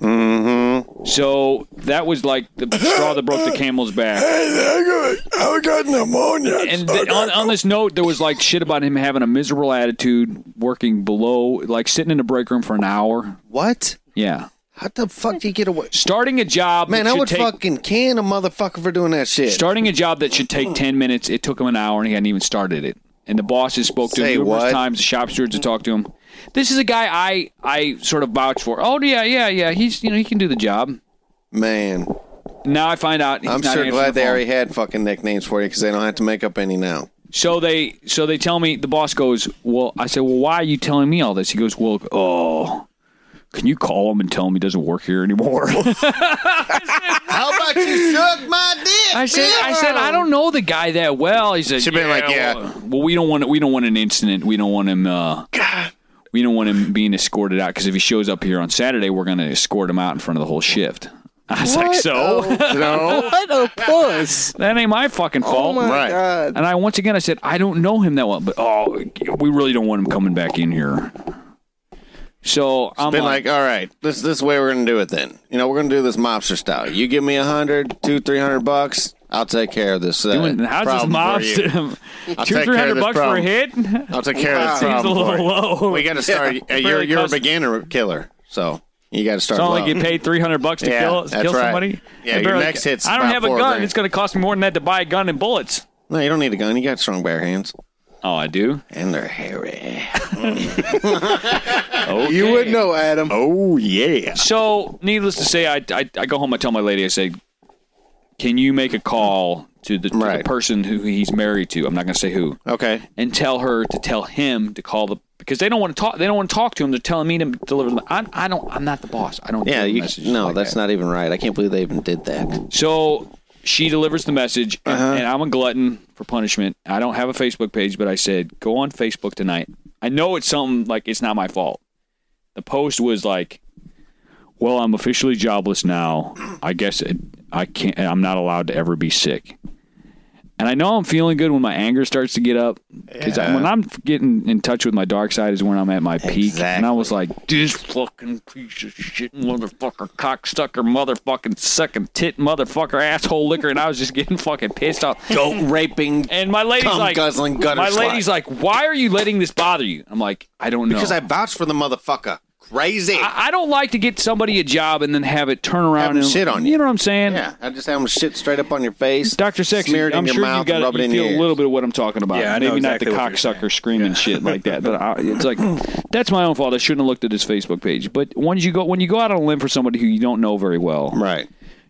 Speaker 3: Mm-hmm. So that was like the straw that broke the camel's back.
Speaker 4: I got, I got pneumonia.
Speaker 3: And th- on, on this note, there was like shit about him having a miserable attitude, working below, like sitting in the break room for an hour.
Speaker 4: what?
Speaker 3: Yeah,
Speaker 4: How the fuck do you get away?
Speaker 3: starting a job.
Speaker 4: Man,
Speaker 3: that
Speaker 4: I
Speaker 3: should
Speaker 4: would
Speaker 3: take-
Speaker 4: fucking can a motherfucker for doing that shit.
Speaker 3: Starting a job that should take 10 minutes, it took him an hour and he hadn't even started it. And the bosses spoke to
Speaker 4: Say
Speaker 3: him numerous
Speaker 4: what?
Speaker 3: times, the shop stewards had talked to him. This is a guy I I sort of vouch for. Oh yeah, yeah, yeah. He's you know he can do the job.
Speaker 4: Man,
Speaker 3: Now I find out. He's
Speaker 4: I'm
Speaker 3: not
Speaker 4: sure
Speaker 3: answering
Speaker 4: glad
Speaker 3: the
Speaker 4: they
Speaker 3: phone.
Speaker 4: already had fucking nicknames for you because they don't have to make up any now.
Speaker 3: So they so they tell me the boss goes. Well, I said, well, why are you telling me all this? He goes, well, oh, can you call him and tell him he doesn't work here anymore?
Speaker 4: How about you suck my dick?
Speaker 3: I said, I said, I don't know the guy that well. He said,
Speaker 4: Should've been like, yeah.
Speaker 3: Well, well, we don't want, we don't want an incident. We don't want him. Uh, We don't want him being escorted out because if he shows up here on Saturday, we're going to escort him out in front of the whole shift. I was like, so
Speaker 4: No,
Speaker 6: What a puss!
Speaker 3: that ain't my fucking
Speaker 6: Oh
Speaker 3: fault.
Speaker 6: my
Speaker 4: Right.
Speaker 6: god!
Speaker 3: and I once again I said I don't know him that well, but oh, we really don't want him coming back in here. So I'm
Speaker 4: been
Speaker 3: like,
Speaker 4: like, all right, this this way we're gonna do it. Then you know we're gonna do this mobster style. You give me a hundred, two, three hundred bucks, I'll take care of this. Uh,
Speaker 3: doing, how's this
Speaker 4: problem for you.
Speaker 3: mobster? Two three
Speaker 4: take care of
Speaker 3: hundred
Speaker 4: this
Speaker 3: bucks for a
Speaker 4: problem.
Speaker 3: hit
Speaker 4: I'll take care of this
Speaker 3: seems a
Speaker 4: problem. for
Speaker 3: little
Speaker 4: you.
Speaker 3: low.
Speaker 4: We got to start. uh, you're
Speaker 3: Really
Speaker 4: you're
Speaker 3: cost-
Speaker 4: a beginner killer, so you got to start.
Speaker 3: So I only
Speaker 4: low.
Speaker 3: get paid three hundred bucks to
Speaker 4: Yeah,
Speaker 3: kill
Speaker 4: that's
Speaker 3: kill
Speaker 4: right.
Speaker 3: somebody. I
Speaker 4: Yeah, your
Speaker 3: barely-
Speaker 4: next hit's
Speaker 3: I don't
Speaker 4: about
Speaker 3: have a
Speaker 4: four
Speaker 3: gun.
Speaker 4: grand.
Speaker 3: It's going to cost me more than that to buy a gun and bullets.
Speaker 4: No, you don't need a gun. You got strong bare hands,
Speaker 3: Oh, I do.
Speaker 4: and they're hairy.
Speaker 6: You would know, Adam.
Speaker 4: Oh yeah.
Speaker 3: So, needless to say, I, I I go home. I tell my lady. I say, "Can you make a call to the, to the
Speaker 4: Right.
Speaker 3: person who he's married to? I'm not going to say who,
Speaker 4: Okay.
Speaker 3: and tell her to tell him to call the because they don't want to talk. They don't want to talk to him. They're telling me to deliver them. I, I don't. I'm not the boss. I don't.
Speaker 4: Yeah.
Speaker 3: deliver
Speaker 4: You,
Speaker 3: messages
Speaker 4: no,
Speaker 3: like
Speaker 4: that's
Speaker 3: that.
Speaker 4: not even right. I can't believe they even did that.
Speaker 3: So she delivers the message, and, and I'm a glutton for punishment. I don't have a Facebook page, but I said, go on Facebook tonight. I know it's something like it's not my fault. The post was like, well, I'm officially jobless now. I guess it, I can't, I'm not allowed to ever be sick. And I know I'm feeling good when my anger starts to get up because when I'm getting in touch with my dark side is when I'm at my peak. And I was like, this fucking piece of shit, motherfucker, cocksucker, motherfucking sucking tit, motherfucker, asshole liquor. And I was just getting fucking pissed off.
Speaker 4: Goat raping.
Speaker 3: And my lady's
Speaker 4: Cum
Speaker 3: like,
Speaker 4: guzzling gutter
Speaker 3: my
Speaker 4: slut.
Speaker 3: lady's like, why are you letting this bother you? I'm like, I don't know.
Speaker 4: Because I vouch for the motherfucker. Crazy.
Speaker 3: I, I don't like to get somebody a job and then have it turn around
Speaker 4: Have 'em
Speaker 3: and
Speaker 4: shit on
Speaker 3: You
Speaker 4: you.
Speaker 3: know what I'm saying?
Speaker 4: yeah, I just have them shit straight up on your face.
Speaker 3: Doctor Sexy,
Speaker 4: smear it in
Speaker 3: I'm
Speaker 4: your
Speaker 3: sure you
Speaker 4: mouth
Speaker 3: got
Speaker 4: and rub it
Speaker 3: you
Speaker 4: in
Speaker 3: feel
Speaker 4: your
Speaker 3: a
Speaker 4: ears.
Speaker 3: little bit of what I'm talking about.
Speaker 5: Yeah, I know
Speaker 3: Maybe
Speaker 5: exactly
Speaker 3: not
Speaker 5: what
Speaker 3: the
Speaker 5: you're saying.
Speaker 3: cocksucker screaming shit like that, but I, it's like that's my own fault. I shouldn't have looked at his Facebook page. But once you go when you go out on a limb for somebody who you don't know very well,
Speaker 4: Right.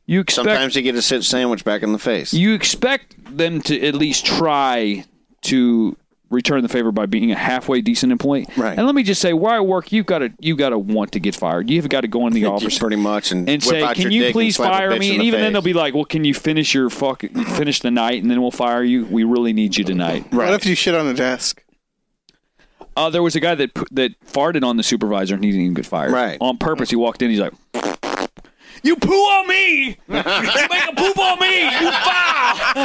Speaker 3: you expect
Speaker 4: Sometimes you get a shit sandwich back in the face.
Speaker 3: you expect them to at least try to return the favor by being a halfway decent employee.
Speaker 4: Right.
Speaker 3: And let me just say, where I work, you've got to you've got to want to get fired. You've got to go in the office
Speaker 4: pretty much and,
Speaker 3: and
Speaker 4: whip
Speaker 3: say,
Speaker 4: out
Speaker 3: "Can
Speaker 4: your dick
Speaker 3: you
Speaker 4: and
Speaker 3: please
Speaker 4: slap a
Speaker 3: fire
Speaker 4: bitch
Speaker 3: me?"
Speaker 4: in
Speaker 3: And
Speaker 4: the
Speaker 3: even then
Speaker 4: face.
Speaker 3: they'll be like, "Well, can you finish your fuck, finish the night, and then we'll fire you? We really need you tonight."
Speaker 6: What if you shit on a desk?
Speaker 3: Uh, there was a guy that pu- that farted on the supervisor and he didn't even get fired.
Speaker 4: Right.
Speaker 3: on purpose. He walked in. He's like, "You poo on me! You make a poop on me! You foul!"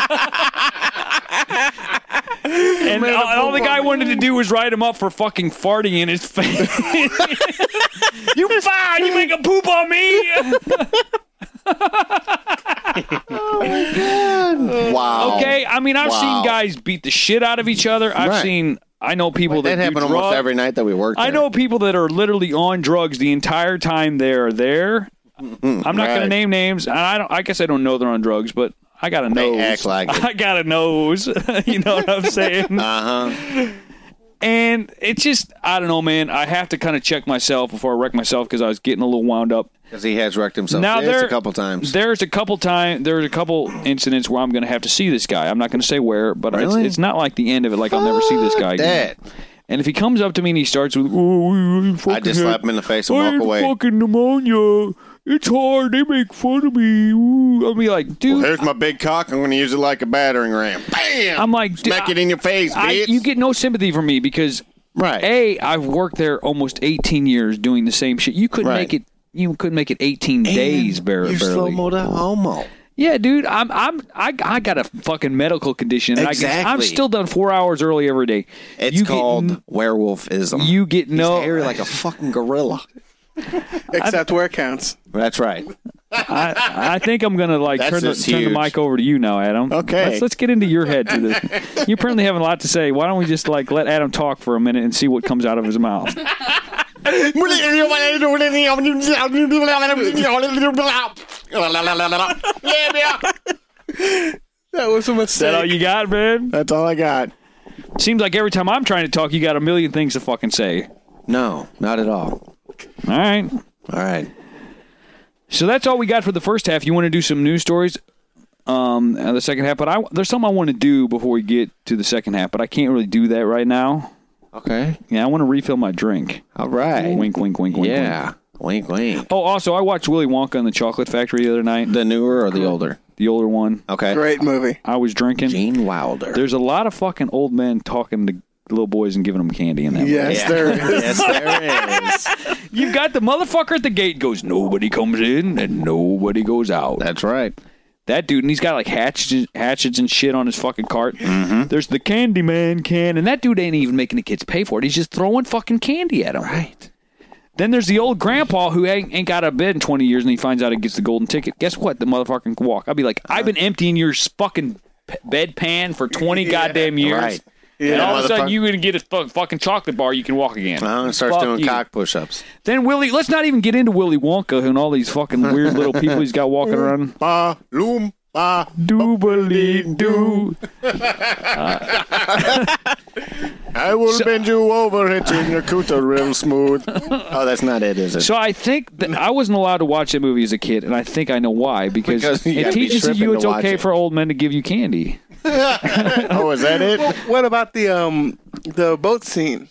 Speaker 3: And all, all the guy wanted to do was write him up for fucking farting in his face. you fine, you make a poop on me.
Speaker 4: Wow.
Speaker 3: Okay, I mean I've
Speaker 4: Wow.
Speaker 3: seen guys beat the shit out of each other. I've
Speaker 4: Right.
Speaker 3: seen I know people that,
Speaker 4: That
Speaker 3: do
Speaker 4: happened almost
Speaker 3: drugs.
Speaker 4: every night that we worked.
Speaker 3: I
Speaker 4: there.
Speaker 3: know people that are literally on drugs the entire time they are there. I'm not going to
Speaker 4: Mm-hmm. Right.
Speaker 3: name names, and I don't. I guess I don't know they're on drugs, but I got a
Speaker 4: They
Speaker 3: nose.
Speaker 4: act like it.
Speaker 3: I got a nose. you know what I'm saying?
Speaker 4: Uh huh.
Speaker 3: and it's just I don't know, man. I have to kind of check myself before I wreck myself because I was getting a little wound up.
Speaker 4: Because he has wrecked himself
Speaker 3: Now
Speaker 4: now
Speaker 3: there-
Speaker 4: a couple times.
Speaker 3: There's a couple time. There's a couple incidents where I'm going to have to see this guy. I'm not going to say where, but
Speaker 4: Really?
Speaker 3: it's, it's not like the end of it. Like I'll never see this guy again.
Speaker 4: That
Speaker 3: And if he comes up to me and he starts with, "Oh,
Speaker 4: I just slap him in the face and walk away.
Speaker 3: fucking pneumonia. It's hard. They make fun of me. Ooh." I'll be like, dude.
Speaker 4: Here's my big cock. I'm going to use it like a battering ram. Bam!
Speaker 3: I'm like, dude,
Speaker 4: smack it in your face,
Speaker 3: I,
Speaker 4: bitch.
Speaker 3: you get no sympathy from me because
Speaker 4: right.
Speaker 3: a I've worked there almost 18 years doing the same shit. You couldn't
Speaker 4: Right.
Speaker 3: make it. You couldn't make it 18 days, bar-
Speaker 4: You slow
Speaker 3: barely.
Speaker 4: mo to homo.
Speaker 3: yeah, dude. I'm I'm I, I got a fucking medical condition. And I get, I'm
Speaker 4: Exactly.
Speaker 3: still done four hours early every day.
Speaker 4: It's
Speaker 3: You get
Speaker 4: called
Speaker 3: n-
Speaker 4: werewolfism.
Speaker 3: you get no.
Speaker 4: He's hairy like a fucking gorilla.
Speaker 6: Except where it counts.
Speaker 4: That's right.
Speaker 3: I, I think I'm gonna like
Speaker 4: That's
Speaker 3: turn the,
Speaker 4: just
Speaker 3: turn the
Speaker 4: huge.
Speaker 3: mic over to you now, Adam.
Speaker 4: Okay.
Speaker 3: Let's, let's get into your head to this. You apparently have a lot to say. Why don't we just like let Adam talk for a minute and see what comes out of his mouth?
Speaker 6: That was a
Speaker 3: Is that all
Speaker 6: mistake.
Speaker 3: you got, man?
Speaker 4: That's all I got.
Speaker 3: Seems like every time I'm trying to talk, you got a million things to fucking say.
Speaker 4: No, not at all.
Speaker 3: All right.
Speaker 4: All right.
Speaker 3: So that's all we got for the first half. You want to do some news stories? Um, and the second half, but I there's something I want to do before we get to the second half, but I can't really do that right now.
Speaker 4: Okay.
Speaker 3: Yeah, I want to refill my drink.
Speaker 4: All right.
Speaker 3: Wink, wink, wink, wink. Wink.
Speaker 4: Yeah. Wink, wink.
Speaker 3: Oh, also, I watched Willy Wonka and the Chocolate Factory the other night.
Speaker 4: The newer or the older?
Speaker 3: the older one.
Speaker 4: Okay.
Speaker 6: Great movie.
Speaker 3: I was drinking.
Speaker 4: Gene Wilder.
Speaker 3: There's a lot of fucking old men talking to little boys and giving them candy in that. way.
Speaker 6: Yes, there it is.
Speaker 4: yes, there is.
Speaker 3: You've got the motherfucker at the gate goes, nobody comes in and nobody goes out.
Speaker 4: That's right.
Speaker 3: That dude, and he's got like hatchets, hatchets and shit on his fucking cart.
Speaker 4: Mm-hmm.
Speaker 3: There's the candy man can, and that dude ain't even making the kids pay for it. He's just throwing fucking candy at them. Right. Then there's the old grandpa who ain't, ain't got out of bed in 20 years, and he finds out he gets the golden ticket. Guess what? The motherfucking can walk. I'd be like, I've been
Speaker 4: Uh-huh.
Speaker 3: emptying your fucking p- bedpan for 20 goddamn years.
Speaker 4: Right.
Speaker 3: And all of a sudden,
Speaker 4: motherfucker.
Speaker 3: you're gonna get a fu- fucking chocolate bar. You can walk again.
Speaker 4: Uh, and starts
Speaker 3: Fuck
Speaker 4: doing
Speaker 3: you.
Speaker 4: cock push-ups.
Speaker 3: Then Willy, let's not even get into Willy Wonka and all these fucking weird little people he's got walking around.
Speaker 4: Ba loom ba.
Speaker 3: Doobly doo.
Speaker 4: I will bend you over, hitting your cooter real smooth. oh, that's not it, is it?
Speaker 3: So I think that I wasn't allowed to watch that movie as a kid, and I think I know why because,
Speaker 4: Because you
Speaker 3: it
Speaker 4: gotta be
Speaker 3: teaches
Speaker 4: tripping
Speaker 3: you
Speaker 4: to
Speaker 3: it's
Speaker 4: watch
Speaker 3: okay
Speaker 4: it.
Speaker 3: for old men to give you candy.
Speaker 4: oh, is that it?
Speaker 6: What about the um the boat scene?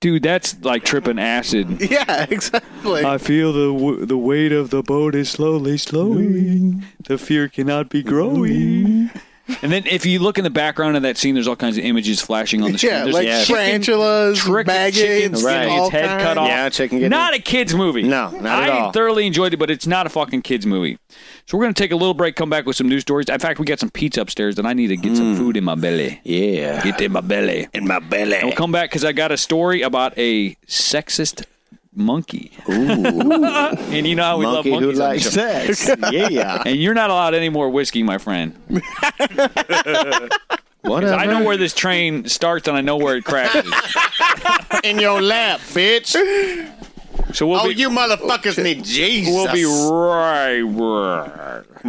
Speaker 3: Dude, that's like tripping acid.
Speaker 6: Yeah, exactly.
Speaker 3: feel the w- the weight of the boat is slowly slowing. The fear cannot be growing. And then if you look in the background of that scene, there's all kinds of images flashing on the screen.
Speaker 6: yeah,
Speaker 3: there's
Speaker 6: like
Speaker 3: chicken-
Speaker 6: tarantulas,
Speaker 3: trick
Speaker 6: maggots,
Speaker 3: chickens getting
Speaker 6: all
Speaker 3: its head cut
Speaker 6: kinds.
Speaker 3: off.
Speaker 4: Yeah, chicken getting-
Speaker 3: Not a kids movie.
Speaker 4: No, not
Speaker 3: I
Speaker 4: at all.
Speaker 3: thoroughly enjoyed it, but it's not a fucking kids movie. So we're gonna take a little break, come back with some news stories. In fact, we got some pizza upstairs, and I need to get some food in my belly.
Speaker 4: Mm. Yeah.
Speaker 3: Get in my belly.
Speaker 4: in my belly.
Speaker 3: We'll come back because I got a story about a sexist monkey. and you know how we
Speaker 4: Monkey
Speaker 3: love
Speaker 4: who
Speaker 3: monkeys. on the
Speaker 4: likes
Speaker 3: show.
Speaker 4: sex. yeah.
Speaker 3: and you're not allowed any more whiskey, my friend.
Speaker 4: Whatever.
Speaker 3: I know where this train starts and I know where it crashes.
Speaker 4: in your lap, bitch.
Speaker 3: So we'll
Speaker 4: Oh,
Speaker 3: be
Speaker 4: you motherfuckers need Jesus.
Speaker 3: we'll be right back.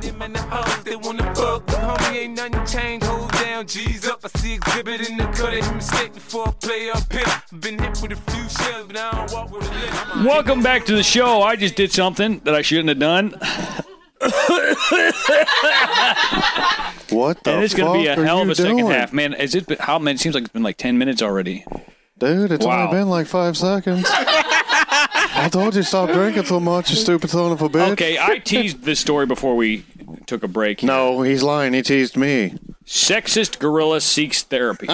Speaker 9: Them and the hoes, they wanna fuck. But homie, ain't nothing changed. Hold down, G's up. I see exhibit in the cut. Ain't mistake before I play up here. Been hit with a few shells, but I don't walk with a limp.
Speaker 3: Welcome back to the show. I just did something that I shouldn't have done,
Speaker 4: What the
Speaker 3: and it's going to be a
Speaker 4: fuck are
Speaker 3: hell of
Speaker 4: you
Speaker 3: a second
Speaker 4: doing?
Speaker 3: half, man. Is it? Been, how man? It seems like it's been like ten minutes already.
Speaker 10: Dude, it's
Speaker 3: Wow.
Speaker 10: only been like five seconds. I told you stop drinking so much, you stupid son of a bitch.
Speaker 3: Okay, I teased this story before we took a break.
Speaker 10: No, he's lying. He teased me.
Speaker 3: Sexist gorilla seeks therapy.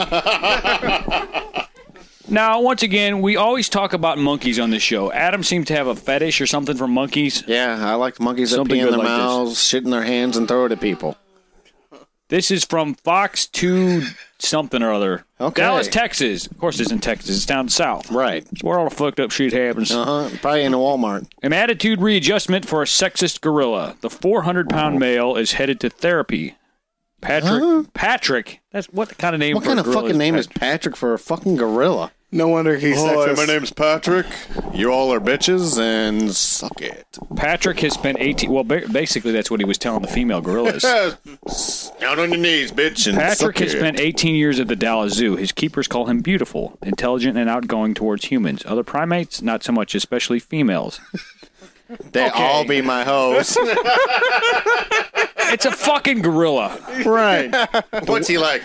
Speaker 3: now, once again, we always talk about monkeys on this show. Adam seemed to have a fetish or something for monkeys.
Speaker 4: Yeah, I like the monkeys
Speaker 3: Something
Speaker 4: that pee in
Speaker 3: good
Speaker 4: their
Speaker 3: like this.
Speaker 4: mouths, shit in their hands, and throw it at people.
Speaker 3: This is from Fox 2 something or other.
Speaker 4: Okay.
Speaker 3: Dallas, Texas. Of course, it's in Texas. It's down south.
Speaker 4: Right.
Speaker 3: It's where all the fucked up shit happens.
Speaker 4: Uh huh. Probably in a Walmart.
Speaker 3: An attitude readjustment for a sexist gorilla. The 400 pound male is headed to therapy. Patrick. Patrick. That's what kind of name
Speaker 4: What
Speaker 3: for a
Speaker 4: kind of
Speaker 3: gorilla
Speaker 4: fucking name is
Speaker 3: Patrick?
Speaker 4: Patrick for a fucking gorilla?
Speaker 6: No wonder he's
Speaker 10: Hi,
Speaker 6: sexist.
Speaker 10: my name's Patrick. You all are bitches and suck it.
Speaker 3: Patrick has spent 18. Well, ba- basically, that's what he was telling the female gorillas.
Speaker 10: Out on your knees, bitch, and
Speaker 3: Patrick
Speaker 10: suck
Speaker 3: has
Speaker 10: it.
Speaker 3: spent 18 years at the Dallas Zoo. His keepers call him beautiful, intelligent, and outgoing towards humans. Other primates, not so much, especially females.
Speaker 4: They all be my hoes.
Speaker 3: It's a fucking gorilla.
Speaker 4: right.
Speaker 10: What's he like?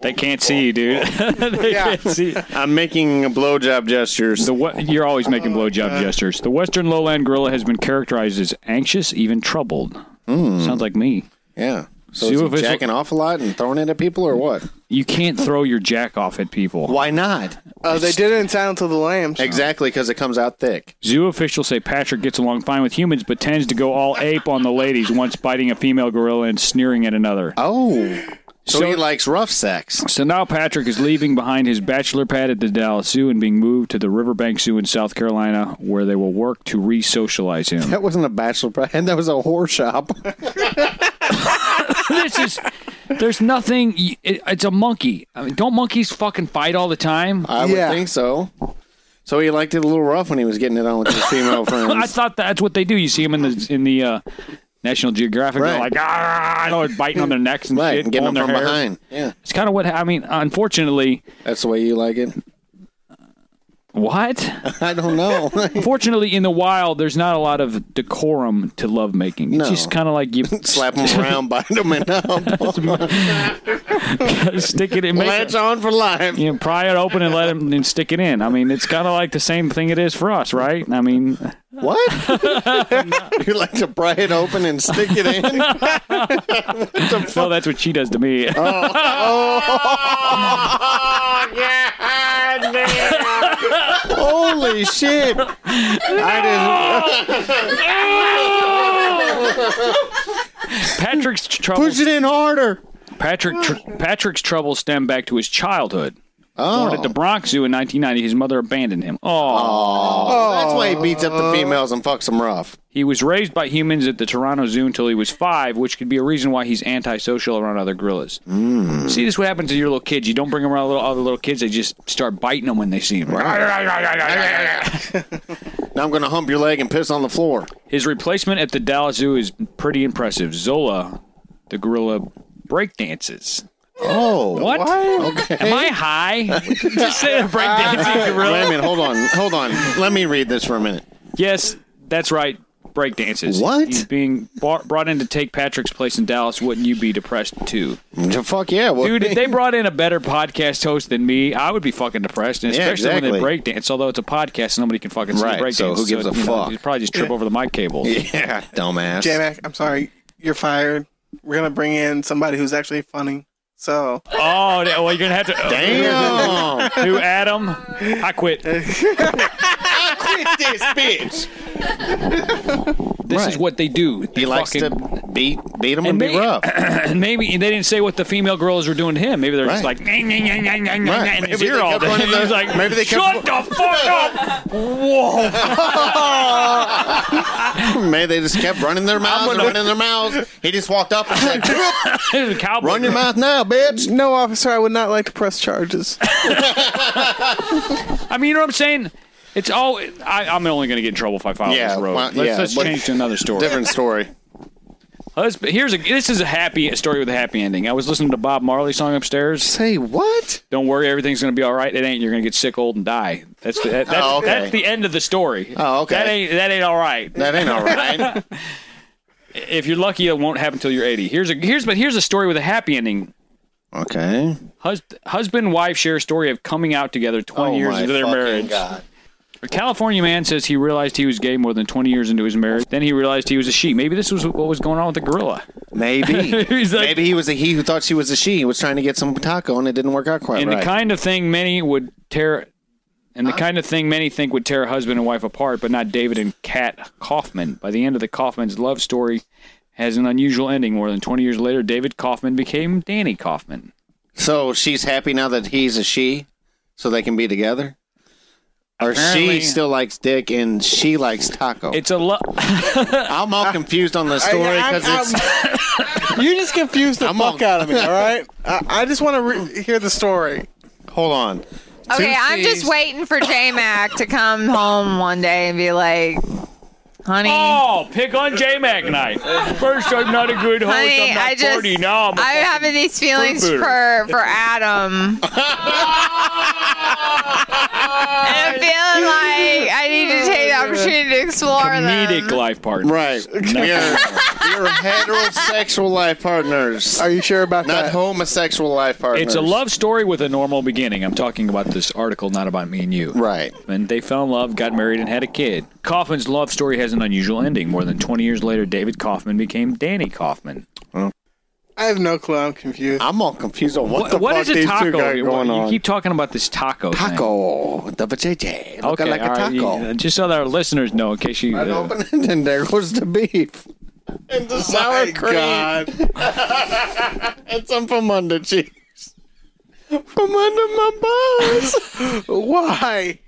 Speaker 3: They can't see you, dude. they can't see. you.
Speaker 4: I'm making blowjob gestures.
Speaker 3: The we- you're always making blowjob gestures. The Western Lowland gorilla has been characterized as anxious, even troubled.
Speaker 10: Hmm.
Speaker 3: Sounds like me.
Speaker 4: Yeah. So
Speaker 3: See
Speaker 4: is he
Speaker 3: if it's-
Speaker 4: jacking off a lot and throwing it at people or what?
Speaker 3: You can't throw your jack off at people.
Speaker 4: Why not?
Speaker 6: Uh, they did it in Silence of the Lambs.
Speaker 4: Exactly, because it comes out thick.
Speaker 3: Zoo officials say Patrick gets along fine with humans, but tends to go all ape on the ladies. Once biting a female gorilla and sneering at another.
Speaker 4: Oh. So,
Speaker 3: So-
Speaker 4: he likes rough sex.
Speaker 3: So now Patrick is leaving behind his bachelor pad at the Dallas Zoo and being moved to the Riverbank Zoo in South Carolina, where they will work to re-socialize him.
Speaker 4: That wasn't a bachelor bride. That was a whore shop.
Speaker 3: this is there's nothing. y- It, it's a monkey. I mean, don't monkeys fucking fight all the time?
Speaker 4: I
Speaker 6: Yeah.
Speaker 4: would think so. So he liked it a little rough when he was getting it on with his female
Speaker 3: I
Speaker 4: friends.
Speaker 3: thought that's what they do. You see them in the in the uh, National Geographic. They're
Speaker 4: Right.
Speaker 3: like, ah, they're biting on their necks and
Speaker 4: Right,
Speaker 3: shit,
Speaker 4: and getting
Speaker 3: pulling
Speaker 4: them from
Speaker 3: their hair.
Speaker 4: behind. Yeah,
Speaker 3: It's kind of what I mean. Unfortunately,
Speaker 4: that's the way you like it.
Speaker 3: what?
Speaker 4: I don't know.
Speaker 3: Fortunately, in the wild, there's not a lot of decorum to lovemaking. It's
Speaker 4: No.
Speaker 3: just kind of like you
Speaker 4: Slap him around, bind him, and up.
Speaker 3: stick it in, make
Speaker 4: Latch on for life.
Speaker 3: you know, pry it open and let him and stick it in. I mean, it's kind of like the same thing it is for us, right? I mean,
Speaker 4: What? you like to pry it open and stick it in?
Speaker 3: well, that's what she does to me.
Speaker 4: Oh. Holy shit! I
Speaker 3: Patrick's
Speaker 4: didn't
Speaker 3: troubles.
Speaker 4: push it in harder.
Speaker 3: Patrick tr- Patrick's troubles stem back to his childhood. Born at the
Speaker 4: Oh,
Speaker 3: Bronx Zoo in 1990, his mother abandoned him. Oh,
Speaker 4: that's why he beats up the females and fucks them rough.
Speaker 3: he was raised by humans at the Toronto Zoo until he was five, which could be a reason why he's antisocial around other gorillas.
Speaker 4: Hmm.
Speaker 3: See, this is what happens to your little kids. You don't bring them around little, other little kids; they just start biting them when they see them.
Speaker 4: Now I'm gonna hump your leg and piss on the floor.
Speaker 3: His replacement at the Dallas Zoo is pretty impressive. Zola, the gorilla, breakdances.
Speaker 4: Oh,
Speaker 3: What? Am I high? You Just say a breakdancing
Speaker 4: Wait a
Speaker 3: gorilla.
Speaker 4: minute, hold on, hold on. Let me read this for a minute.
Speaker 3: Yes, that's right. Breakdances.
Speaker 4: What?
Speaker 3: He's being bar- brought in to take Patrick's place in Dallas. Wouldn't you be depressed too?
Speaker 4: Fuck yeah, well,
Speaker 3: Dude, if they brought in a better podcast host than me, I would be fucking depressed. And
Speaker 4: Yeah,
Speaker 3: especially
Speaker 4: exactly.
Speaker 3: when they breakdance, although it's a podcast, nobody can fucking see
Speaker 4: Right,
Speaker 3: the breakdance.
Speaker 4: so who gives a
Speaker 3: you know,
Speaker 4: fuck?
Speaker 3: you'd probably just trip over the mic cables.
Speaker 4: yeah, dumbass.
Speaker 6: J-Mac, I'm sorry. You're fired. We're going to bring in somebody who's actually funny. So,
Speaker 3: Oh, well, you're going to have to.
Speaker 4: Damn.
Speaker 3: Who, Adam? I quit.
Speaker 4: this bitch.
Speaker 3: This
Speaker 4: Right.
Speaker 3: is what they do. They
Speaker 4: He likes to
Speaker 3: fucking-
Speaker 4: beat beat him
Speaker 3: And
Speaker 4: and
Speaker 3: they-
Speaker 4: be rough.
Speaker 3: and maybe they didn't say what the female girls were doing to him. Maybe they're just
Speaker 4: Right.
Speaker 3: like "Nyang, nyang, nyang, nyang, nyang, nyang,"
Speaker 4: Right.
Speaker 3: in his
Speaker 4: Maybe they
Speaker 3: ear all
Speaker 4: kept
Speaker 3: day.
Speaker 4: running
Speaker 3: He's
Speaker 4: the-
Speaker 3: like,
Speaker 4: maybe they
Speaker 3: shut
Speaker 4: kept-
Speaker 3: the fuck up. Whoa!
Speaker 4: Maybe they just kept running their mouths and running their mouths. He just walked up and said, "Whoop,
Speaker 3: The cowboy.
Speaker 4: "Run your mouth now, bitch."
Speaker 6: no, officer, I would not like to press charges.
Speaker 3: I mean, you know what I'm saying? It's all. I, I'm only going to get in trouble if I file
Speaker 4: Yeah,
Speaker 3: this road.
Speaker 4: well,
Speaker 3: let's
Speaker 4: yeah,
Speaker 3: let's
Speaker 4: but-
Speaker 3: change to another story.
Speaker 4: Different story.
Speaker 3: Let's- here's a. This is a happy a story with a happy ending. I was listening to Bob Marley song upstairs.
Speaker 4: Say what?
Speaker 3: Don't worry, everything's going to be all right. It ain't. You're going to get sick, old, and die. That's the. That, that's,
Speaker 4: Oh, okay.
Speaker 3: that's the end of the story.
Speaker 4: Oh, okay.
Speaker 3: That ain't. That ain't all right.
Speaker 4: That ain't all right.
Speaker 3: if you're lucky, it won't happen until you're 80. Here's a here's but here's a story with a happy ending.
Speaker 4: okay.
Speaker 3: Hus- husband and wife share a story of coming out together 20 years into their marriage. A California man says he realized he was gay more than 20 years into his marriage. Then he realized he was a she. Maybe this was what was going on with the gorilla.
Speaker 4: Maybe.
Speaker 3: He's like-
Speaker 4: Maybe he was a he who thought she was a she. He was trying to get some taco and it didn't work out quite
Speaker 3: And
Speaker 4: right.
Speaker 3: the kind of thing many would tear and the kind of thing many think would tear husband and wife apart, but not David and Kat Kaufman. By the end of the Kaufman's love story, has an unusual ending. More than 20 years later, David Kaufman became Danny Kaufman.
Speaker 4: So she's happy now that he's a she, so they can be together. Or
Speaker 3: Apparently-
Speaker 4: she still likes dick and she likes taco.
Speaker 3: It's a lo-
Speaker 4: I'm all confused on the story because it's
Speaker 6: you just confused the
Speaker 4: I'm
Speaker 6: fuck
Speaker 4: on-
Speaker 6: out of me. All right, I, I just want to re- hear the story.
Speaker 4: hold on.
Speaker 11: Okay, I'm just waiting for J Mac to come home one day and be like, honey.
Speaker 3: Oh, pick on J Mac night. First, I'm not a good host.
Speaker 11: Honey,
Speaker 3: I'm not
Speaker 11: I just
Speaker 3: 40. Now I'm a
Speaker 11: I'm
Speaker 3: fucking-
Speaker 11: having these feelings
Speaker 3: fruit
Speaker 11: for for Adam, and I'm feeling like I need to take
Speaker 6: Oh,
Speaker 11: the opportunity to explore
Speaker 3: comedic
Speaker 11: them.
Speaker 3: life partner.
Speaker 4: Right. We are, we are heterosexual life partners,
Speaker 6: Are you sure about
Speaker 4: not
Speaker 6: that?
Speaker 4: homosexual life partners.
Speaker 3: It's a love story with a normal beginning. I'm talking about this article, not about me and you.
Speaker 4: Right.
Speaker 3: And they fell in love, got married, and had a kid. Kaufman's love story has an unusual ending. More than 20 years later, David Kaufman became Danny Kaufman.
Speaker 6: I have no clue. I'm confused.
Speaker 4: I'm all confused on what, the
Speaker 3: what
Speaker 4: fuck
Speaker 3: is a
Speaker 4: these
Speaker 3: taco?
Speaker 4: two got
Speaker 3: You-
Speaker 4: going
Speaker 3: you
Speaker 4: on.
Speaker 3: keep talking about this taco. thing.
Speaker 4: taco, the vajayjay,
Speaker 3: Okay,
Speaker 4: looking like a
Speaker 3: all right,
Speaker 4: taco.
Speaker 3: you- uh, just so that our listeners know, in case you.
Speaker 4: And
Speaker 3: uh,
Speaker 4: open it, and there goes the beef. And the sour cream. and some from under cheese. From under my balls.
Speaker 6: Why?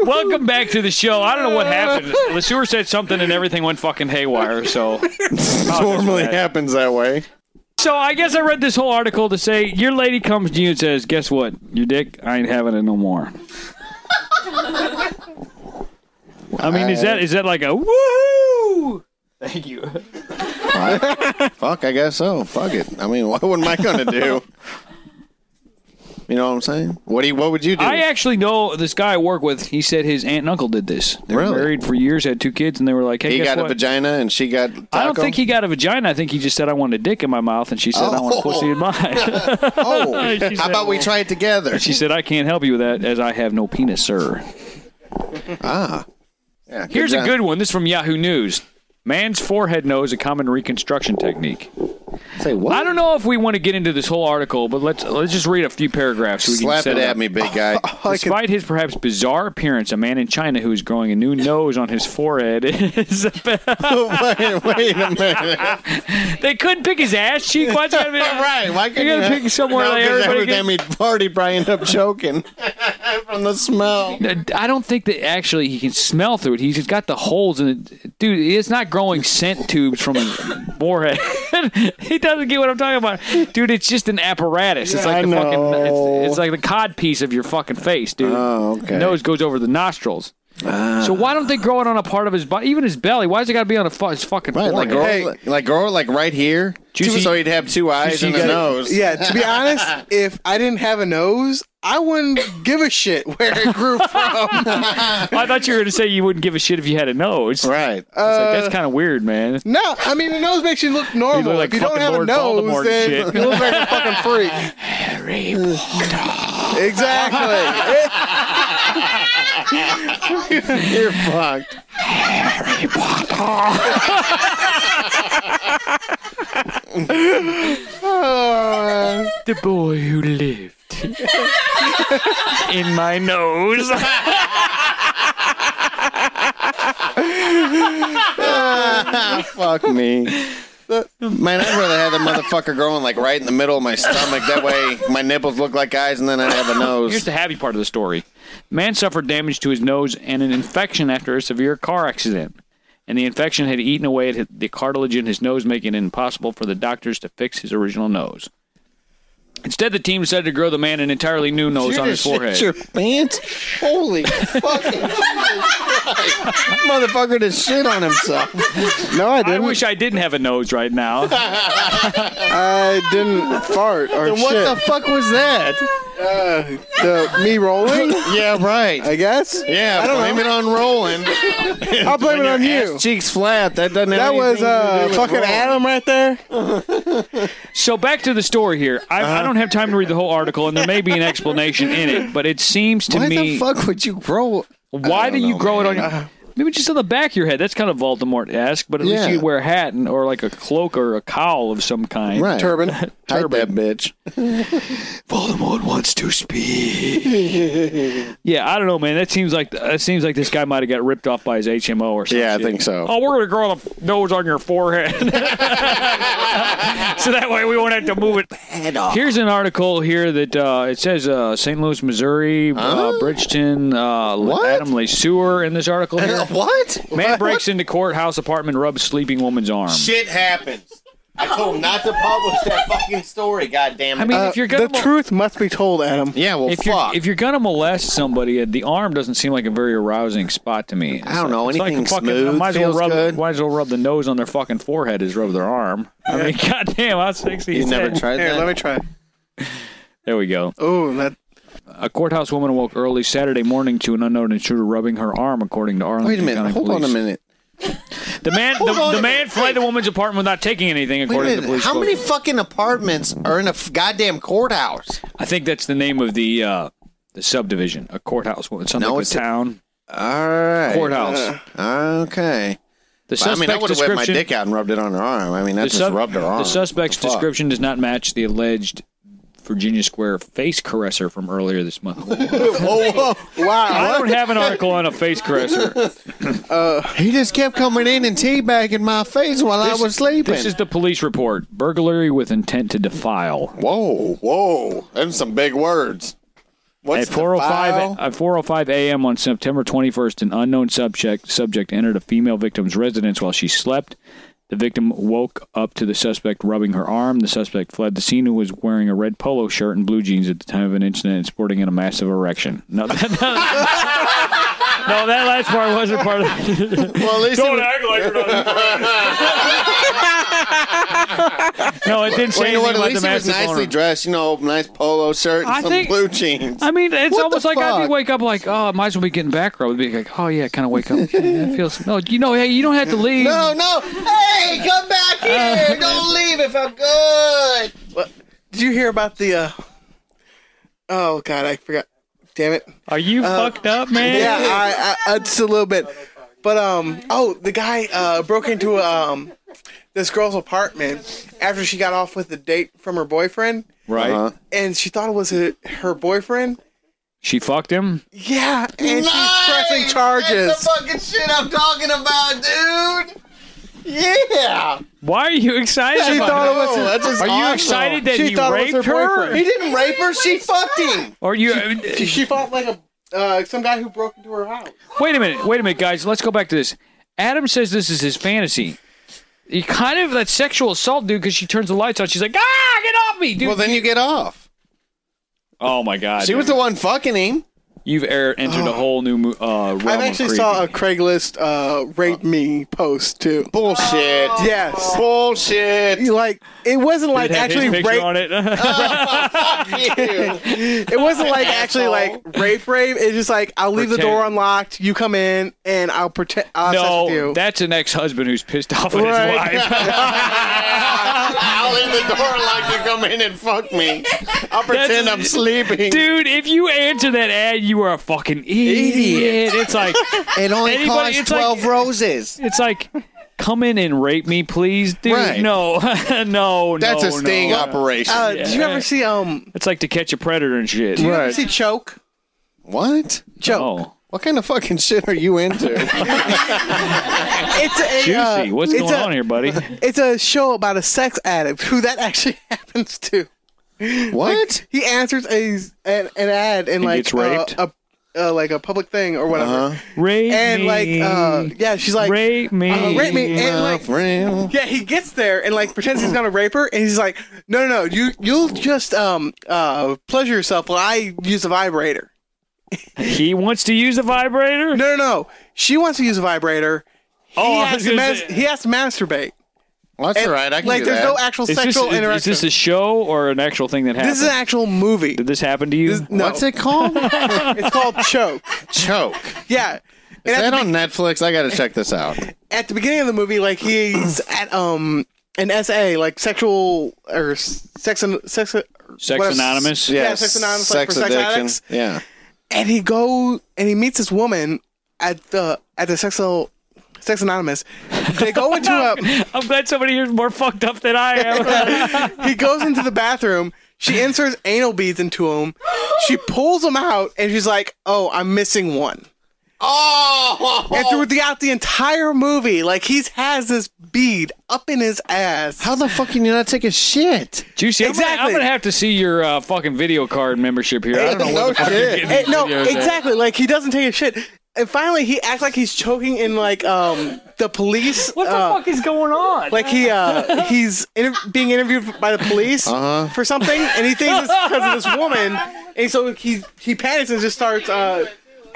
Speaker 3: welcome back to the show. I don't know what happened. Lesueur said something, and everything went fucking haywire. So.
Speaker 6: Oh.
Speaker 4: Normally happens that way.
Speaker 3: So I guess I read this whole article to say your lady comes to you and says, "Guess what? Your dick, I ain't having it no more." I mean, is that is that like a woohoo? Thank you.
Speaker 4: Fuck, I guess so. Fuck it. I mean, what am I gonna do? You know what I'm saying? What do you, What would you do?
Speaker 3: I actually know this guy I work with. He said his aunt and uncle did this. They were
Speaker 4: Really?
Speaker 3: married for years, had two kids, and they were like, "Hey,
Speaker 4: he
Speaker 3: guess
Speaker 4: got
Speaker 3: what?"
Speaker 4: a vagina and she got. Taco?
Speaker 3: I don't think he got a vagina. I think he just said, "I want a dick in my mouth," and she said, "I want a
Speaker 4: Oh.
Speaker 3: pussy in mine."
Speaker 4: Oh,
Speaker 3: She said,
Speaker 4: how about we try it together?
Speaker 3: she said, "I can't help you with that, as I have no penis, sir."
Speaker 4: ah. Yeah,
Speaker 3: Here's a
Speaker 4: job.
Speaker 3: good one. This is from Yahoo News. Man's forehead nose, a common reconstruction technique.
Speaker 4: Say what?
Speaker 3: I don't know if we want to get into this whole article, but let's let's just read a few paragraphs. So we
Speaker 4: Slap
Speaker 3: can
Speaker 4: it
Speaker 3: set
Speaker 4: at
Speaker 3: up.
Speaker 4: me, big guy.
Speaker 3: Despite his perhaps bizarre appearance, a man in China who is growing a new nose on his forehead is.
Speaker 4: wait, wait a minute.
Speaker 3: they couldn't pick his ass cheek. Why gotta be,
Speaker 4: right. Why
Speaker 3: You gotta pick somewhere
Speaker 4: no,
Speaker 3: like
Speaker 4: 'cause
Speaker 3: everybody
Speaker 4: every
Speaker 3: can-
Speaker 4: time he'd party, probably end up choking from the smell.
Speaker 3: I don't think that actually he can smell through it. He's got the holes in it. Dude, it's not growing scent tubes from his forehead. he doesn't get what I'm talking about. Dude, it's just an apparatus. It's
Speaker 4: I
Speaker 3: like the fucking
Speaker 4: know.
Speaker 3: it's, it's like the cod piece of your fucking face, dude.
Speaker 4: Oh, okay. Ah.
Speaker 3: Nose goes over the nostrils. so why don't they grow it on a part of his body, even his belly? Why does it got to be on a fu- his fucking
Speaker 4: Right, like
Speaker 3: forehead?
Speaker 4: grow, like, like grow, like right here.
Speaker 3: Juicy-
Speaker 4: so he'd have two eyes
Speaker 3: Juicy
Speaker 4: and a
Speaker 3: guy.
Speaker 4: nose.
Speaker 6: Yeah, to be honest, if I didn't have a nose, I wouldn't give a shit where it grew from.
Speaker 3: I thought you were going to say you wouldn't give a shit if you had a nose.
Speaker 4: oh. Right.
Speaker 3: It's like, that's kind of weird, man.
Speaker 6: No, I mean the nose makes you look normal.
Speaker 3: like
Speaker 6: if you don't
Speaker 3: fucking
Speaker 6: have
Speaker 3: Lord
Speaker 6: a nose,
Speaker 3: Voldemort and
Speaker 6: then
Speaker 3: shit.
Speaker 6: you look like a fucking freak. Harry Potter. Exactly.
Speaker 4: You're fucked.
Speaker 6: Uh,
Speaker 3: The boy who lived in my nose.
Speaker 6: Ah,
Speaker 4: Fuck me. Man, I'd rather have the motherfucker growing like right in the middle of my stomach. That way, my nipples look like eyes, and then I have a
Speaker 3: Here's
Speaker 4: nose.
Speaker 3: the happy part of the story. Man suffered damage to his nose and an infection after a severe car accident. And the infection had eaten away at his- the cartilage in his nose, making it impossible for the doctors to fix his original nose. Instead, the team decided to grow the man an entirely new nose on his
Speaker 4: You
Speaker 3: forehead.
Speaker 4: just shit your pants. Holy fucking Jesus Christ. motherfucker! Just shit on himself.
Speaker 6: no, I
Speaker 3: I
Speaker 6: didn't. I,
Speaker 3: wish I didn't have a nose right now.
Speaker 6: didn't fart or
Speaker 4: What
Speaker 6: shit.
Speaker 4: the fuck was that?
Speaker 6: Uh, the, me rolling?
Speaker 4: yeah, right.
Speaker 6: I guess.
Speaker 4: Yeah,
Speaker 6: I don't
Speaker 4: blame
Speaker 6: know.
Speaker 4: it on rolling.
Speaker 6: I'll blame
Speaker 4: When
Speaker 6: it on
Speaker 4: your
Speaker 6: you.
Speaker 4: ass cheeks flat. That doesn't.
Speaker 6: That
Speaker 4: have
Speaker 6: was
Speaker 4: anything to
Speaker 6: uh,
Speaker 4: do with
Speaker 6: fucking
Speaker 4: rolling.
Speaker 6: Adam right there.
Speaker 3: So back to the story here. I,
Speaker 4: Uh-huh.
Speaker 3: I don't have time to read the whole article, and there may be an explanation in it, but it seems to
Speaker 4: Why
Speaker 3: me.
Speaker 4: the fuck would you grow?
Speaker 3: Why
Speaker 4: I
Speaker 3: do
Speaker 4: don't
Speaker 3: you
Speaker 4: know,
Speaker 3: grow it
Speaker 4: man. Uh-huh.
Speaker 3: on your? Maybe just on the back of your head. That's kind of Voldemort-esque, but at least
Speaker 4: Yeah.
Speaker 3: you wear a hat and, or like a cloak or a cowl of some kind.
Speaker 4: Right.
Speaker 6: Turban.
Speaker 4: Hide that bitch.
Speaker 3: Voldemort wants to speak. yeah, I don't know, man. That seems like that seems like this guy might have got ripped off by his HMO or something.
Speaker 4: Yeah, I think so.
Speaker 3: Oh, we're gonna grow the f- nose on your forehead, so that way we won't have to move it.
Speaker 2: Head off.
Speaker 3: Here's an article here that uh, it says uh, St. Louis, Missouri, uh, Bridgeton, uh,
Speaker 4: Oh. What?
Speaker 3: Adam Le Sueur in this article here.
Speaker 4: what?
Speaker 3: Man breaks into courthouse apartment, rubs sleeping woman's arm.
Speaker 7: Shit happens.
Speaker 4: I told him not to publish that fucking story. God damn
Speaker 3: I mean, if you're gonna
Speaker 6: Uh, the truth must be told, Adam.
Speaker 4: yeah, well,
Speaker 3: if
Speaker 4: Uh, fuck.
Speaker 3: you're, if you're gonna molest somebody, uh, the arm doesn't seem like a very arousing spot to me. It's
Speaker 4: I don't know,
Speaker 3: like- it's
Speaker 4: anything
Speaker 3: like fucking,
Speaker 4: smooth
Speaker 3: might as well
Speaker 4: feels
Speaker 3: rub,
Speaker 4: good.
Speaker 3: Might as well rub the nose on their fucking forehead as rub their arm. I mean, goddamn, how sexy
Speaker 4: you
Speaker 3: is
Speaker 4: never
Speaker 3: that?
Speaker 4: tried
Speaker 6: Here,
Speaker 4: that.
Speaker 6: let me try.
Speaker 3: There we go.
Speaker 6: Oh, that.
Speaker 3: A courthouse woman awoke early Saturday morning to an unknown intruder rubbing her arm, according to Arlington
Speaker 4: Wait a minute.
Speaker 3: County
Speaker 4: Hold
Speaker 3: Police.
Speaker 4: on a minute.
Speaker 3: The man,
Speaker 4: Hold
Speaker 3: the,
Speaker 4: on
Speaker 3: the
Speaker 4: a
Speaker 3: man
Speaker 4: minute.
Speaker 3: fled the woman's apartment without taking anything,
Speaker 4: Wait a
Speaker 3: according to
Speaker 4: minute.
Speaker 3: police.
Speaker 4: How many
Speaker 3: folks.
Speaker 4: fucking apartments are in a f- goddamn courthouse?
Speaker 3: I think that's the name of the uh, the subdivision, a courthouse. Well, It sounds
Speaker 4: No,
Speaker 3: like a
Speaker 4: it's a-
Speaker 3: town
Speaker 4: All right.
Speaker 3: courthouse.
Speaker 4: Okay.
Speaker 3: the
Speaker 4: Well, I mean, I
Speaker 3: suspect's
Speaker 4: would have whipped my
Speaker 3: description.
Speaker 4: dick out and rubbed it on her arm. I mean, that
Speaker 3: the,
Speaker 4: just
Speaker 3: sub-
Speaker 4: rubbed her arm.
Speaker 3: the suspect's
Speaker 4: The fuck?
Speaker 3: description does not match the alleged Virginia Square face caresser from earlier this month.
Speaker 4: Whoa, whoa.
Speaker 6: Wow.
Speaker 3: I don't have an article on a face caresser.
Speaker 4: He just kept coming in and teabagging my face while I was sleeping.
Speaker 3: This is the police report: burglary with intent to defile.
Speaker 4: whoa, whoa. That's some big words. What's
Speaker 3: At 4:05
Speaker 4: defile?
Speaker 3: at 4:05 a.m. on September 21st, an unknown subject subject entered a female victim's residence while she slept. The victim woke up to the suspect rubbing her arm. The suspect fled the scene, who was wearing a red polo shirt and blue jeans at the time of an incident and sporting a massive erection. No, that, no, that last part wasn't part of it.
Speaker 4: Well, at least it was-
Speaker 3: act like you're not. no, it didn't say
Speaker 4: well, you
Speaker 3: anything
Speaker 4: know what? At
Speaker 3: about the
Speaker 4: least he was
Speaker 3: massive
Speaker 4: nicely
Speaker 3: owner.
Speaker 4: dressed. You know, nice polo shirt and
Speaker 3: I
Speaker 4: some
Speaker 3: think-
Speaker 4: blue jeans.
Speaker 3: I mean, it's
Speaker 4: What the
Speaker 3: almost like I'd
Speaker 4: fuck?
Speaker 3: be wake up like, oh, I might as well be getting back rub. I'd be like, oh yeah, kind of wake up. Yeah, it feels no, you know, hey, you don't have to leave.
Speaker 4: no, Oh, no. Hey, come
Speaker 6: Uh,
Speaker 4: back here. Don't leave if I'm good.
Speaker 6: Did you hear about the? uh Oh God, I forgot. Damn it.
Speaker 3: Are you fucked up, man?
Speaker 6: Uh, Yeah, I, I, I just a little bit. But um, oh, the guy uh broke into um this girl's apartment after she got off with the date from her boyfriend,
Speaker 3: Right.
Speaker 4: Uh-huh.
Speaker 6: and she thought it was a, her boyfriend.
Speaker 3: She fucked him.
Speaker 6: Yeah, and she's pressing
Speaker 4: That's
Speaker 6: charges.
Speaker 4: the fucking shit I'm talking about, dude. Yeah.
Speaker 3: Why are you excited?
Speaker 6: She
Speaker 3: about
Speaker 6: thought it
Speaker 3: it?
Speaker 6: was.
Speaker 4: that's just
Speaker 3: Are you
Speaker 4: awesome.
Speaker 3: excited that
Speaker 6: She
Speaker 3: he
Speaker 6: thought it was
Speaker 3: raped
Speaker 6: her
Speaker 3: her?
Speaker 4: He
Speaker 6: boyfriend.
Speaker 4: didn't rape her. She fucked him.
Speaker 3: Or you?
Speaker 6: She, she fought like a uh, some guy who broke into her house.
Speaker 3: wait a minute. Wait a minute, guys. Let's go back to this. Adam says this is his fantasy. He kind of that sexual assault, dude, because she turns the lights on. She's like, ah, get off me, dude.
Speaker 4: Well, then you get off.
Speaker 3: oh my god,
Speaker 4: She was the one fucking him.
Speaker 3: You've er- entered a whole new mo- uh, realm.
Speaker 6: I Oh. actually saw a Craigslist uh, rape me post too. Oh.
Speaker 4: Bullshit.
Speaker 6: Yes.
Speaker 4: Bullshit.
Speaker 6: Like it wasn't like actually rape.
Speaker 3: on it.
Speaker 6: It wasn't like actually like rape rape. It's just like I'll leave the
Speaker 3: Pretend-
Speaker 6: door unlocked. You come in and I'll pretend. I'll no,
Speaker 3: No,
Speaker 6: with you.
Speaker 3: that's an ex-husband who's pissed off at
Speaker 6: Right.
Speaker 3: his wife.
Speaker 4: I'll leave the door like you come in and fuck me. I'll pretend I'm sleeping.
Speaker 3: Dude, if you answer that ad, you are a fucking idiot. It's like
Speaker 4: it only
Speaker 3: anybody-
Speaker 4: costs
Speaker 3: it's like-
Speaker 4: 12 roses.
Speaker 3: it's like come in and rape me, please, dude.
Speaker 4: Right.
Speaker 3: No, no,
Speaker 4: That's
Speaker 3: no,
Speaker 4: a sting
Speaker 3: no.
Speaker 4: operation.
Speaker 6: uh, Did you ever see um?
Speaker 3: It's like to catch a predator and shit.
Speaker 6: Did you ever see choke?
Speaker 4: what?
Speaker 6: Choke.
Speaker 3: Oh,
Speaker 4: What kind of fucking shit are you into?
Speaker 6: It's a,
Speaker 3: juicy.
Speaker 6: uh,
Speaker 3: What's
Speaker 6: it's
Speaker 3: going
Speaker 6: a-
Speaker 3: on here, buddy?
Speaker 6: It's a show about a sex addict who that actually happens to.
Speaker 4: what?
Speaker 6: He answers a an, an ad in
Speaker 3: He
Speaker 6: like
Speaker 3: gets
Speaker 6: uh,
Speaker 3: raped?
Speaker 6: a uh, like a public thing or whatever.
Speaker 3: Rape
Speaker 6: And like
Speaker 3: me.
Speaker 6: uh, yeah, she's like
Speaker 3: rape me.
Speaker 6: uh, rape me and
Speaker 4: My
Speaker 6: like
Speaker 4: friend.
Speaker 6: Yeah, he gets there and like pretends he's gonna rape her, and he's like, "No, no, no, you you'll just um uh pleasure yourself while I use a vibrator."
Speaker 3: He wants to use a vibrator.
Speaker 6: No, no, no. She wants to use a vibrator. He
Speaker 3: Oh, I was
Speaker 6: has to
Speaker 3: gonna
Speaker 6: mas-
Speaker 3: say-
Speaker 6: he has to masturbate.
Speaker 4: Well, that's
Speaker 6: And,
Speaker 4: all right. I can
Speaker 6: like,
Speaker 4: do
Speaker 6: there's
Speaker 4: that.
Speaker 6: no actual
Speaker 3: Is this,
Speaker 6: sexual
Speaker 3: is- is
Speaker 6: interaction.
Speaker 3: this a show or an actual thing that happened?
Speaker 6: This is an actual movie.
Speaker 3: Did this happen to you?
Speaker 6: no.
Speaker 4: What's it called?
Speaker 6: it's called Choke.
Speaker 4: Choke.
Speaker 6: Yeah.
Speaker 4: Is
Speaker 6: And
Speaker 4: that
Speaker 6: at, the,
Speaker 4: on Netflix? I got to check this out.
Speaker 6: at the beginning of the movie, like he's at um an SA, like sexual or s- sex an- sex
Speaker 3: Sex
Speaker 6: what-
Speaker 3: Anonymous?
Speaker 6: Yeah,
Speaker 4: Yes.
Speaker 6: sex anonymous. like,
Speaker 4: Sex
Speaker 6: for sex
Speaker 4: addiction.
Speaker 6: addicts.
Speaker 4: Yeah.
Speaker 6: and he goes and he meets this woman at the at the sexual sex anonymous. They go into a
Speaker 3: I'm glad somebody here's more fucked up than I am.
Speaker 6: he goes into the bathroom. She inserts anal beads into him. She pulls them out and she's like, "Oh, I'm missing one."
Speaker 7: Oh!
Speaker 6: And throughout the entire movie, like he's has this bead up in his ass.
Speaker 4: How the fuck can you not take a shit?
Speaker 3: Juicy, I'm gonna- I'm
Speaker 6: Exactly.
Speaker 3: gonna have to see your uh, fucking video card membership here. I don't know what
Speaker 4: No
Speaker 3: the fuck you're
Speaker 4: shit.
Speaker 3: getting
Speaker 6: Eh,
Speaker 3: these
Speaker 6: no,
Speaker 3: videos at.
Speaker 6: exactly. Like he doesn't take a shit. And finally, he acts like he's choking in like um the police.
Speaker 3: What the
Speaker 6: uh,
Speaker 3: fuck is going on?
Speaker 6: Like he uh he's inter- being interviewed by the police
Speaker 4: Uh-huh.
Speaker 6: for something, and he thinks it's because of this woman, and so he he panics and just starts uh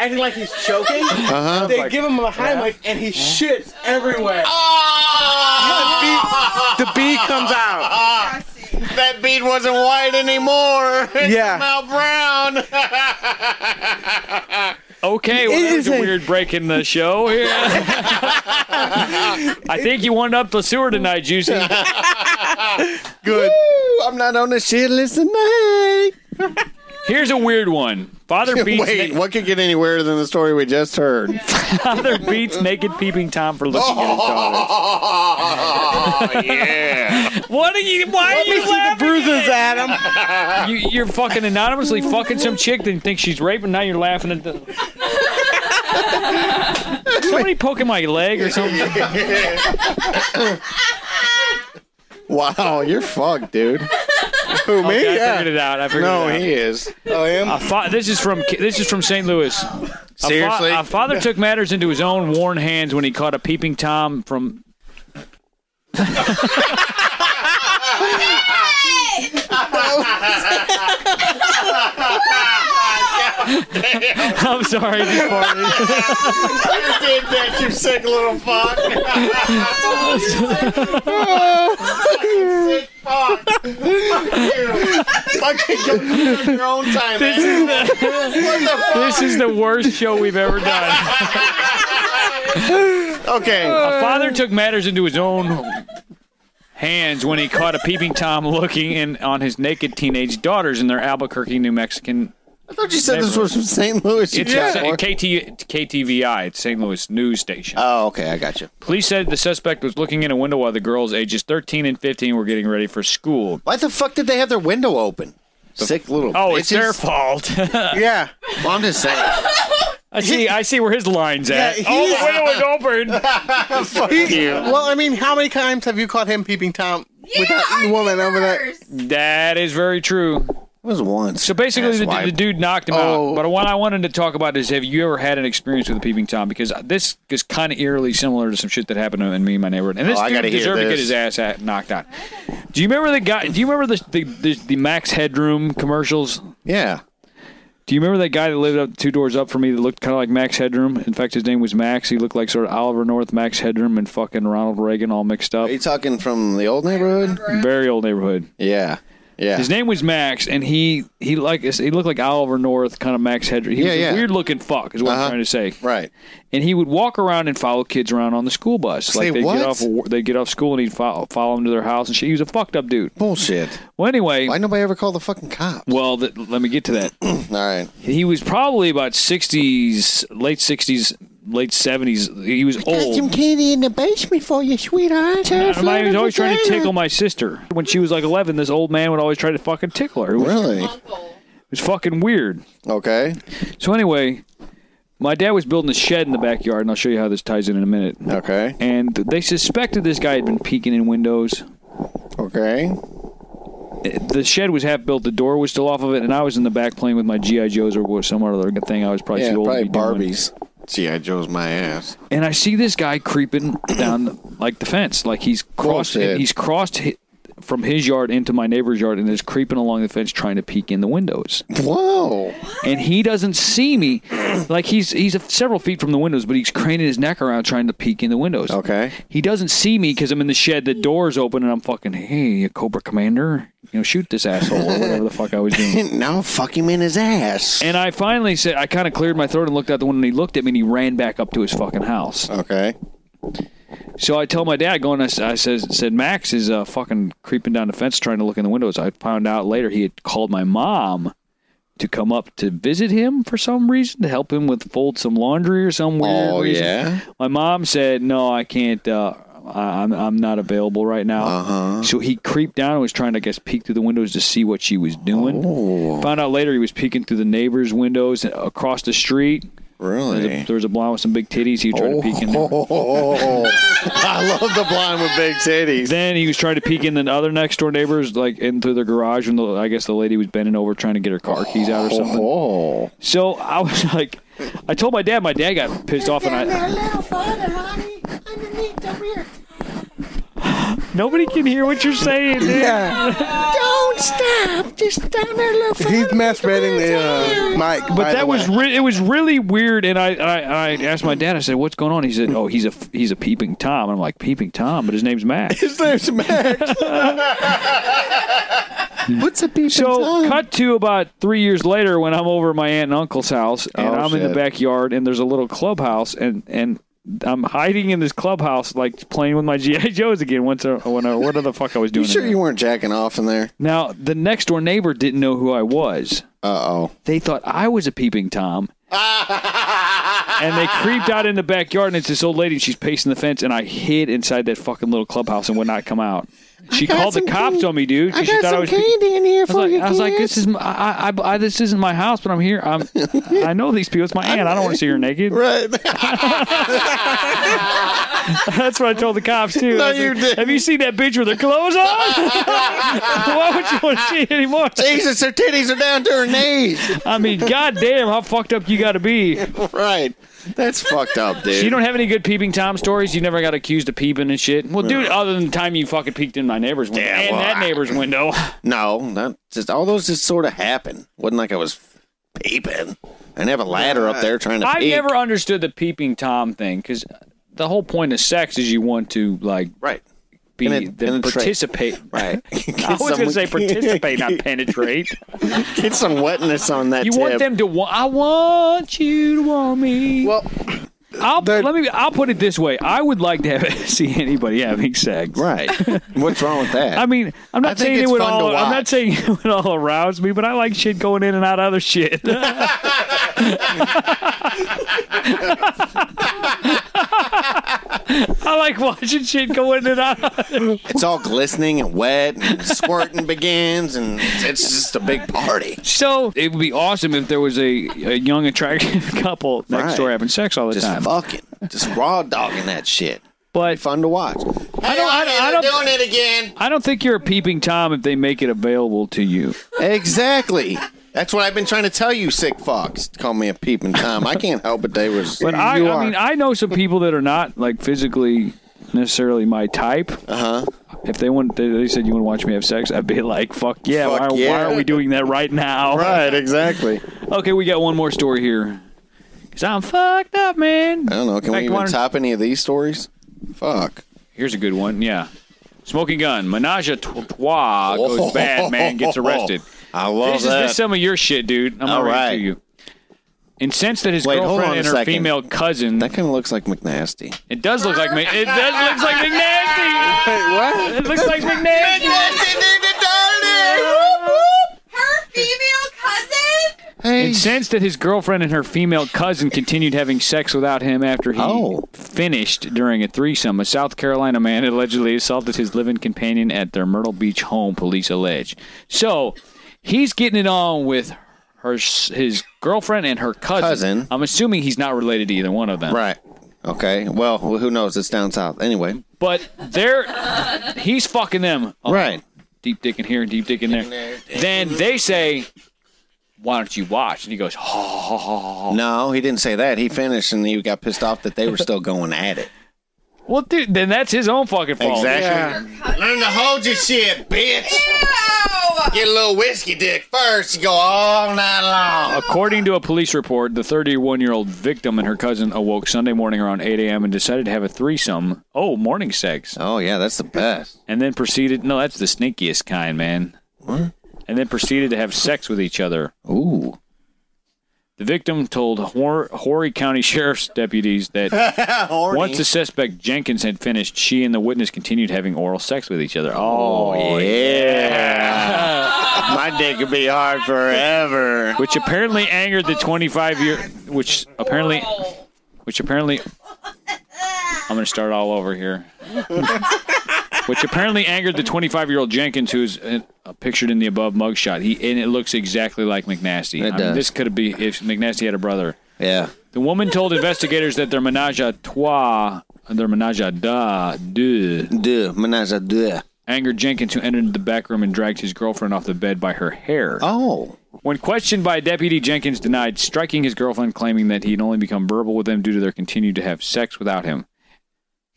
Speaker 6: acting like he's choking.
Speaker 3: Uh-huh.
Speaker 4: Uh huh.
Speaker 6: They give him a high mic, and he shits everywhere.
Speaker 3: Ah!
Speaker 6: The bee comes out.
Speaker 7: That bead wasn't white anymore. It's
Speaker 6: Yeah.
Speaker 7: now brown.
Speaker 3: okay, well,
Speaker 6: It
Speaker 3: there's
Speaker 6: is
Speaker 3: a
Speaker 6: a-
Speaker 3: weird break in the show here. I think you went up the sewer tonight, Juicy.
Speaker 6: Good.
Speaker 4: I'm not on the shit list tonight.
Speaker 3: Here's a weird one. Father beats,
Speaker 4: Wait,
Speaker 3: na-
Speaker 4: what could get any weirder than the story we just heard?
Speaker 3: father beats naked peeping Tom for looking at his daughter.
Speaker 7: oh, yeah.
Speaker 3: What are you? Why are you laughing?
Speaker 6: Bruises at him.
Speaker 3: You, you're fucking anonymously fucking some chick that thinks she's raping. Now you're laughing at the. Somebody poking my leg or something.
Speaker 4: Wow, you're fucked, dude.
Speaker 6: Who me?
Speaker 3: I
Speaker 6: yeah.
Speaker 3: figured it out. I figured
Speaker 4: No,
Speaker 3: it out.
Speaker 4: he is.
Speaker 6: Oh, I am.
Speaker 3: A fa- this is from this is from St. Louis. A fa-
Speaker 4: Seriously?
Speaker 3: a father took matters into his own worn hands when he caught a peeping tom from. I'm sorry, I just farted.
Speaker 7: You did that, you sick little fuck. sick fuck. Fuck you. Fucking go do it on your own time,
Speaker 3: This
Speaker 7: man.
Speaker 3: is the
Speaker 7: What the fuck?
Speaker 3: this is the worst show we've ever done.
Speaker 4: Okay.
Speaker 3: A father took matters into his own hands when he caught a peeping tom looking in on his naked teenage daughters in their Albuquerque, New Mexican
Speaker 4: I thought you said this was from St. Louis. You
Speaker 3: It's
Speaker 4: yeah.
Speaker 3: a, KT, KTVI, it's St. Louis news station.
Speaker 4: oh, okay. I got you.
Speaker 3: Police said the suspect was looking in a window while the girls, ages 13 and 15, were getting ready for school.
Speaker 4: Why the fuck did they have their window open? Sick little.
Speaker 3: Oh, it's
Speaker 4: bitches.
Speaker 3: their fault.
Speaker 6: Yeah.
Speaker 4: Well, I'm just saying.
Speaker 3: I see. I see where his line's at.
Speaker 6: Yeah,
Speaker 3: oh,
Speaker 6: he's-
Speaker 3: the window is open.
Speaker 6: He- Well, I mean, how many times have you caught him peeping Tom with that woman over there?
Speaker 3: that is very true.
Speaker 4: It was once.
Speaker 3: So basically, the,
Speaker 4: Asswipe.
Speaker 3: the dude knocked him out.
Speaker 6: Oh.
Speaker 3: But what I wanted to talk about is, have you ever had an experience with a peeping tom? Because this is kind of eerily similar to some shit that happened in me and my neighborhood. And this
Speaker 4: Oh, I
Speaker 3: dude
Speaker 4: gotta hear
Speaker 3: deserved to get
Speaker 4: this.
Speaker 3: his ass at, knocked out. Do you remember the guy? Do you remember the the, the, the Max Headroom commercials?
Speaker 4: Yeah.
Speaker 3: Do you remember that guy that lived up two doors up from me that looked kind of like Max Headroom? In fact, his name was Max. He looked like sort of Oliver North, Max Headroom, and fucking Ronald Reagan all mixed up.
Speaker 4: Are you talking from the old neighborhood?
Speaker 3: Very old neighborhood.
Speaker 4: Yeah. Yeah.
Speaker 3: His name was Max, and he he like he looked like Oliver North, kind of Max Headroom. He was
Speaker 4: Yeah, yeah.
Speaker 3: a weird looking fuck, is what
Speaker 4: Uh-huh.
Speaker 3: I'm trying to say.
Speaker 4: Right.
Speaker 3: And he would walk around and follow kids around on the school bus.
Speaker 4: Say
Speaker 3: like they
Speaker 4: what?
Speaker 3: get off they get off school and he'd follow, follow them to their house and shit. He was a fucked up dude.
Speaker 4: Bullshit.
Speaker 3: Well, anyway,
Speaker 4: Why nobody ever called the fucking cops? Hmm,
Speaker 3: well, th- let me get to that.
Speaker 4: All right.
Speaker 3: he was probably about 60s late 60s late 70s he was old
Speaker 4: candy in the basement for you, sweetheart.
Speaker 3: he was always trying to tickle my sister when she was like 11 this old man would always try to fucking tickle her it was,
Speaker 4: Really?
Speaker 3: it was fucking weird
Speaker 4: Okay.
Speaker 3: so anyway my dad was building a shed in the backyard and i'll show you how this ties in in a minute
Speaker 4: Okay.
Speaker 3: and they suspected this guy had been peeking in windows
Speaker 4: Okay.
Speaker 3: the shed was half built the door was still off of it and i was in the back playing with my gi joes or what- some other thing i was probably
Speaker 4: Yeah,
Speaker 3: too old to
Speaker 4: probably
Speaker 3: be doing.
Speaker 4: Barbies. G.I. Joe's my ass.
Speaker 3: and I see this guy creeping down like the fence, like he's crossed.
Speaker 4: Bullshit.
Speaker 3: He's crossed hi- from his yard into my neighbor's yard and is creeping along the fence trying to peek in the windows.
Speaker 4: Whoa!
Speaker 3: And he doesn't see me. Like he's he's several feet from the windows, but he's craning his neck around trying to peek in the windows.
Speaker 4: Okay.
Speaker 3: He doesn't see me because I'm in the shed. The door's open, and I'm fucking hey, Cobra Commander, you know, shoot this asshole or whatever the fuck I was doing.
Speaker 4: now fuck him in his ass.
Speaker 3: And I finally said, I kind of cleared my throat and looked out the window, and he looked at me and he ran back up to his fucking house.
Speaker 4: Okay.
Speaker 3: So I tell my dad, going, I, s- I says, said, Max is uh, fucking creeping down the fence trying to look in the windows. I found out later he had called my mom to come up to visit him for some reason to help him with fold some laundry or some weird
Speaker 4: Oh,
Speaker 3: reason.
Speaker 4: yeah?
Speaker 3: My mom said, "No, I can't. Uh, I, I'm I'm not available right now." Uh-huh. So he creeped down and was trying to, I guess, peek through the windows to see what she was doing.
Speaker 4: Oh.
Speaker 3: Found out later he was peeking through the neighbors' windows and across the street.
Speaker 4: Really?
Speaker 3: There was a, there was a blonde with some big titties. He was trying to peek in
Speaker 4: Oh.
Speaker 3: there.
Speaker 4: I love the blonde with big titties.
Speaker 3: Then he was trying to peek in the other next door neighbors, like in through their garage, and the, I guess the lady was bending over trying to get her car keys out or something.
Speaker 4: Oh.
Speaker 3: So I was like, I told my dad. My dad got pissed off, and I nobody can hear what you're saying. dude.
Speaker 7: Don't stop. Just down there, little
Speaker 6: He's masturbating the uh, mic.
Speaker 3: But that was re- it was really weird, and I, I I asked my dad. I said, "What's going on?" He said, "Oh, he's a he's a peeping tom." And I'm like, "Peeping tom," but his name's Max.
Speaker 4: His name's Max. What's a peeping
Speaker 3: so cut to about three years later when I'm over at my aunt and uncle's house, and
Speaker 4: Oh,
Speaker 3: I'm in the
Speaker 4: shit.
Speaker 3: backyard, and there's a little clubhouse, and and. I'm hiding in this clubhouse, like playing with my GI Joes again. Once, I- when I, what the fuck I was doing?
Speaker 4: You
Speaker 3: in
Speaker 4: sure
Speaker 3: there.
Speaker 4: you weren't jacking off in there?
Speaker 3: Now, the next door neighbor didn't know who I was.
Speaker 4: Uh oh.
Speaker 3: They thought I was a peeping Tom. and they creeped out in the backyard, and it's this old lady, and she's pacing the fence, and I hid inside that fucking little clubhouse and would not come out. She
Speaker 7: got
Speaker 3: called the
Speaker 7: some
Speaker 3: cops
Speaker 7: candy.
Speaker 3: on me, dude. 'cause
Speaker 7: I
Speaker 3: she
Speaker 7: got
Speaker 3: thought I
Speaker 7: some
Speaker 3: was pe-
Speaker 7: candy in here
Speaker 3: I was
Speaker 7: for
Speaker 3: like,
Speaker 7: you.
Speaker 3: I was like,
Speaker 7: kids.
Speaker 3: this is my, I, I, I, this isn't my house, but I'm here. I'm, I know these people. It's my aunt. I don't want to see her naked.
Speaker 4: Right.
Speaker 3: That's what I told the cops too.
Speaker 7: No,
Speaker 3: I was
Speaker 7: you
Speaker 3: like,
Speaker 7: didn't.
Speaker 3: Have you seen that bitch with her clothes on? Why would you want to see it anymore?
Speaker 4: Jesus, her titties are down to her knees.
Speaker 3: I mean, goddamn, how fucked up you got to be.
Speaker 4: Right. That's fucked up, dude.
Speaker 3: So you don't have any good peeping tom stories. You never got accused of peeping and shit. Well, dude, other than the time you fucking peeked in my neighbor's window
Speaker 4: Yeah,
Speaker 3: and
Speaker 4: well,
Speaker 3: that
Speaker 4: I-
Speaker 3: neighbor's window.
Speaker 4: No, not just all those just sort of happen. Wasn't like I was peeping. I didn't have a ladder up there trying to
Speaker 3: I've
Speaker 4: peep.
Speaker 3: never understood the peeping tom thing because the whole point of sex is you want to like
Speaker 4: right
Speaker 3: be
Speaker 4: And it-
Speaker 3: the
Speaker 4: and it's right.
Speaker 3: participate.
Speaker 4: Right.
Speaker 3: I was gonna say participate, not penetrate.
Speaker 4: Get some wetness on that.
Speaker 3: You want
Speaker 4: tip.
Speaker 3: them to want. I want you to want me.
Speaker 6: Well,
Speaker 3: I'll let me. I'll put it this way. I would like to have, see anybody having sex.
Speaker 4: Right. What's wrong with that?
Speaker 3: I mean, I'm not
Speaker 4: I think
Speaker 3: saying it
Speaker 4: it's
Speaker 3: would
Speaker 4: fun to
Speaker 3: all. I'm not
Speaker 4: watch.
Speaker 3: saying it would all arouse me, but I like shit going in and out of other shit. I like watching shit go in and out.
Speaker 4: It's all glistening and wet, and squirting begins, and it's just a big party.
Speaker 3: So it would be awesome if there was a, a young attractive couple next
Speaker 4: Right.
Speaker 3: door having sex all the
Speaker 4: Just
Speaker 3: time.
Speaker 4: fucking, just raw dogging that shit.
Speaker 3: But
Speaker 4: fun to watch.
Speaker 3: I don't. I don't. I don't,
Speaker 4: doing it again.
Speaker 3: I don't think you're a peeping tom if they make it available to you.
Speaker 4: Exactly. That's what I've been trying to tell you, sick fucks. Call me a peeping tom. I can't help it. They was.
Speaker 3: But I,
Speaker 4: you
Speaker 3: I
Speaker 4: are.
Speaker 3: mean, I know some people that are not like physically necessarily my type.
Speaker 4: Uh huh.
Speaker 3: If they want, they, they said you want to watch me have sex, I'd be like, "Fuck yeah!
Speaker 4: Fuck
Speaker 3: why, why
Speaker 4: yeah.
Speaker 3: are we doing that right now?"
Speaker 4: Right. Exactly.
Speaker 3: Okay, we got one more story here. Cause I'm fucked up, man.
Speaker 4: I don't know. Can
Speaker 3: Back to
Speaker 4: we even
Speaker 3: one-
Speaker 4: top any of these stories? Fuck.
Speaker 3: Here's a good one. Yeah, smoking gun, menage a trois goes bad. Man gets arrested.
Speaker 4: I love
Speaker 3: this is
Speaker 4: that.
Speaker 3: this is some of your shit, dude. I'm
Speaker 4: All
Speaker 3: gonna read it
Speaker 4: right.
Speaker 3: to you. Incensed that his
Speaker 4: Wait, hold
Speaker 3: girlfriend
Speaker 4: on
Speaker 3: and
Speaker 4: a
Speaker 3: her
Speaker 4: second.
Speaker 3: female cousin.
Speaker 4: that kind of looks like McNasty.
Speaker 3: It does look like me. It does looks like McNasty.
Speaker 6: what?
Speaker 3: It looks like McNasty.
Speaker 11: Her female cousin?
Speaker 4: Hey,
Speaker 3: Incensed that his girlfriend and her female cousin continued having sex without him after he
Speaker 4: Oh.
Speaker 3: finished during a threesome, a South Carolina man allegedly assaulted his living companion at their Myrtle Beach home, police allege. So he's getting it on with her, his girlfriend and her cousin.
Speaker 4: Cousin.
Speaker 3: I'm assuming he's not related to either one of them.
Speaker 4: Right. Okay. Well, who knows? It's down south. Anyway.
Speaker 3: But they're he's fucking them. Oh,
Speaker 4: Right.
Speaker 3: Deep dick in here and deep dick in there. Then they say, "Why don't you watch?" And he goes, "Oh."
Speaker 4: No, he didn't say that. He finished and he got pissed off that they were still going at it.
Speaker 3: Well, dude, then that's his own fucking fault.
Speaker 4: Oh, Exactly. Learn to hold your shit, bitch. Get a little whiskey dick first. You go all night long.
Speaker 3: According to a police report, the 31 year old victim and her cousin awoke Sunday morning around 8 a.m. and decided to have a threesome. Oh, morning sex.
Speaker 4: Oh, yeah, that's the best.
Speaker 3: And then proceeded. No, that's the sneakiest kind, man.
Speaker 4: What?
Speaker 3: And then proceeded to have sex with each other.
Speaker 4: Ooh.
Speaker 3: The victim told Hor- Horry County Sheriff's deputies that
Speaker 4: Horny.
Speaker 3: once the suspect Jenkins had finished, she and the witness continued having oral sex with each other. Oh, yeah.
Speaker 4: My dick could be hard forever.
Speaker 3: Which apparently angered the 25 year which apparently which apparently I'm going to start all over here. Which apparently angered the 25 year old Jenkins, who's uh, pictured in the above mugshot. He and it looks exactly like McNasty. I mean,
Speaker 4: does.
Speaker 3: this could be if McNasty had a brother.
Speaker 4: Yeah.
Speaker 3: The woman told investigators that their menage a trois, their menage a da, deux,
Speaker 4: deux, menage a deux,
Speaker 3: angered Jenkins, who entered the back room and dragged his girlfriend off the bed by her hair.
Speaker 4: Oh.
Speaker 3: When questioned by a deputy, Jenkins denied striking his girlfriend, claiming that he had only become verbal with them due to their continued to have sex without him.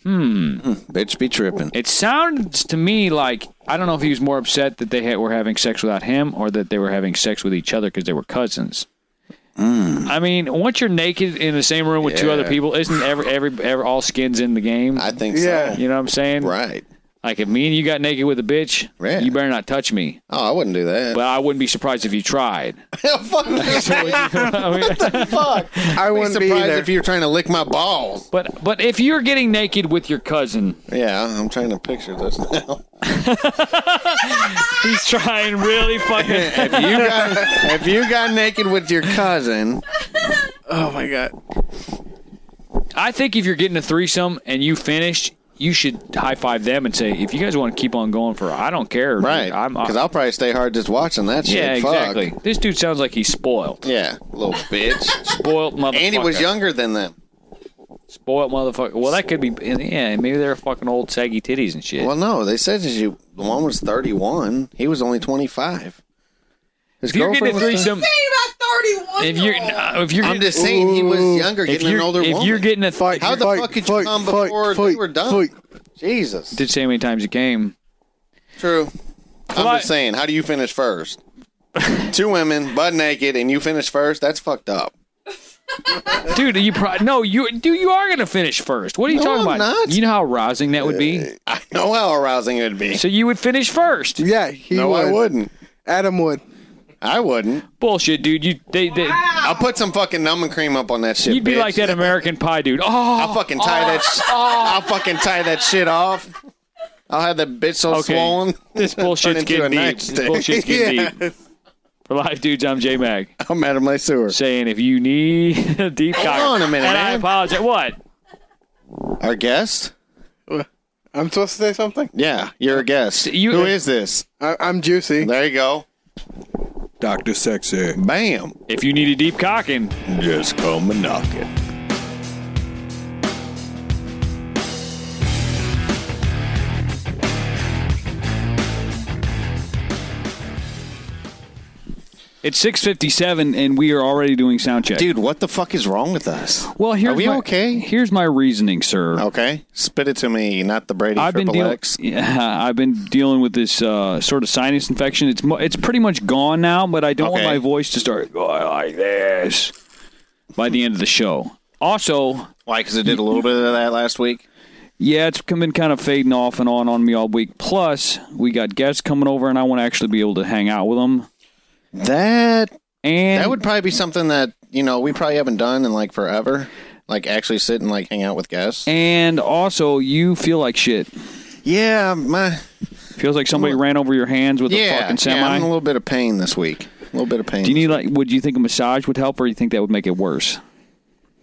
Speaker 3: Hmm.
Speaker 4: Bitch be tripping.
Speaker 3: It sounds to me like I don't know if he was more upset that they had, were having sex without him or that they were having sex with each other because they were cousins. I mean, once you're naked in the same room with two
Speaker 4: Hmm. Yeah.
Speaker 3: other people, isn't every, every every all skins in the game?
Speaker 4: I think so.
Speaker 3: You know what I'm saying?
Speaker 4: Right.
Speaker 3: Like if me and you got naked with a bitch,
Speaker 4: Yeah.
Speaker 3: you better not touch me.
Speaker 4: Oh, I wouldn't do that.
Speaker 3: But I wouldn't be surprised if you tried.
Speaker 4: fuck fuck?
Speaker 6: I
Speaker 4: I'd be
Speaker 6: wouldn't be
Speaker 4: surprised
Speaker 6: either.
Speaker 4: if you were trying to lick my balls.
Speaker 3: But but if you're getting naked with your cousin,
Speaker 4: Yeah, I'm trying to picture this now.
Speaker 3: he's trying really fucking.
Speaker 4: if you got if you got naked with your cousin,
Speaker 6: Oh my god.
Speaker 3: I think if you're getting a threesome and you finished, you should high five them and say, if you guys want to keep on going for, I don't care. dude.
Speaker 4: right?
Speaker 3: I'm. uh,
Speaker 4: Because I'll probably stay hard just watching that shit.
Speaker 3: yeah,
Speaker 4: Fuck.
Speaker 3: exactly. This dude sounds like he's spoiled.
Speaker 4: Yeah, little bitch.
Speaker 3: Spoiled motherfucker.
Speaker 4: and he was younger than them.
Speaker 3: Spoiled motherfucker. Well, that could be. Yeah, maybe they're fucking old saggy titties and shit.
Speaker 4: Well, no, they said that you the one was 31. He was only 25. His
Speaker 3: if you're getting a
Speaker 4: was-
Speaker 3: threesome, if you're no, if you're
Speaker 4: I'm
Speaker 3: getting,
Speaker 4: just saying he was younger,
Speaker 3: if
Speaker 4: getting
Speaker 3: you're
Speaker 4: an older
Speaker 3: if
Speaker 4: woman.
Speaker 3: you're getting a fight,
Speaker 4: How the
Speaker 10: Fight,
Speaker 4: fuck could you
Speaker 10: fight,
Speaker 4: come
Speaker 10: fight,
Speaker 4: before
Speaker 10: fight,
Speaker 4: we were done?
Speaker 10: fight.
Speaker 4: Jesus.
Speaker 3: did say how many times you came.
Speaker 4: True. I'm
Speaker 3: Like-
Speaker 4: just saying, how do you finish first? Two women, butt naked, and you finish first? That's fucked up.
Speaker 3: Dude, you pro- no, you dude, you are gonna finish first. What are you
Speaker 4: No,
Speaker 3: talking
Speaker 4: I'm
Speaker 3: about?
Speaker 4: not.
Speaker 3: You know how rousing that would be.
Speaker 4: I know how arousing it would be.
Speaker 3: So you would finish first.
Speaker 6: Yeah, he
Speaker 4: No,
Speaker 6: would.
Speaker 4: I wouldn't.
Speaker 6: Adam would.
Speaker 4: I wouldn't.
Speaker 3: Bullshit, dude. You they, they
Speaker 4: I'll put some fucking numbing cream up on that shit.
Speaker 3: you'd be
Speaker 4: bitch.
Speaker 3: like that American Pie dude.
Speaker 4: I'll
Speaker 3: Oh,
Speaker 4: fucking tie that. Sh- I'll fucking tie that shit off. I'll have that bitch so
Speaker 3: Okay.
Speaker 4: swollen.
Speaker 3: this
Speaker 4: Turn
Speaker 3: bullshit's
Speaker 4: into a
Speaker 3: getting deep.
Speaker 4: nightstick.
Speaker 3: This bullshit's getting deep. For live dudes, I'm J Mag
Speaker 4: I'm Adam Lesueur.
Speaker 3: saying if you need a deep cock.
Speaker 4: on a minute,
Speaker 3: and I
Speaker 4: man.
Speaker 3: apologize. What?
Speaker 4: Our guest?
Speaker 6: I'm supposed to say something?
Speaker 4: Yeah, you're a guest.
Speaker 3: Uh, you-
Speaker 4: Who is this?
Speaker 6: I, I'm juicy.
Speaker 4: There you go.
Speaker 5: Doctor Sexy.
Speaker 4: Bam.
Speaker 3: If you need a deep cocking,
Speaker 4: Just come and knock it.
Speaker 3: it's six fifty seven, and we are already doing sound check.
Speaker 4: Dude, what the fuck is wrong with us?
Speaker 3: well, here's
Speaker 4: we
Speaker 3: my,
Speaker 4: okay?
Speaker 3: Here's my reasoning, sir.
Speaker 4: Okay, spit it to me, not the Brady
Speaker 3: I've been
Speaker 4: Triple
Speaker 3: dealing.
Speaker 4: X.
Speaker 3: Yeah, I've been dealing with this uh, sort of sinus infection. It's mo- it's pretty much gone now, but I don't want
Speaker 4: Okay.
Speaker 3: my voice to start going like this by the end of the show. Also,
Speaker 4: Why? Because it did a little bit of that last week.
Speaker 3: yeah, it's been kind of fading off and on on me all week. Plus, we got guests coming over, and I want to actually be able to hang out with them.
Speaker 4: That
Speaker 3: And
Speaker 4: that would probably be something that you know we probably haven't done in like forever. Like actually sit and like hang out with guests.
Speaker 3: and also, you feel like shit.
Speaker 4: Yeah, my
Speaker 3: Feels like somebody ran over your hands with a
Speaker 4: yeah,
Speaker 3: fucking semi.
Speaker 4: yeah. I'm in a little bit of pain this week. A little bit of pain.
Speaker 3: Do you need like? Would you think a massage would help, or you think that would make it worse?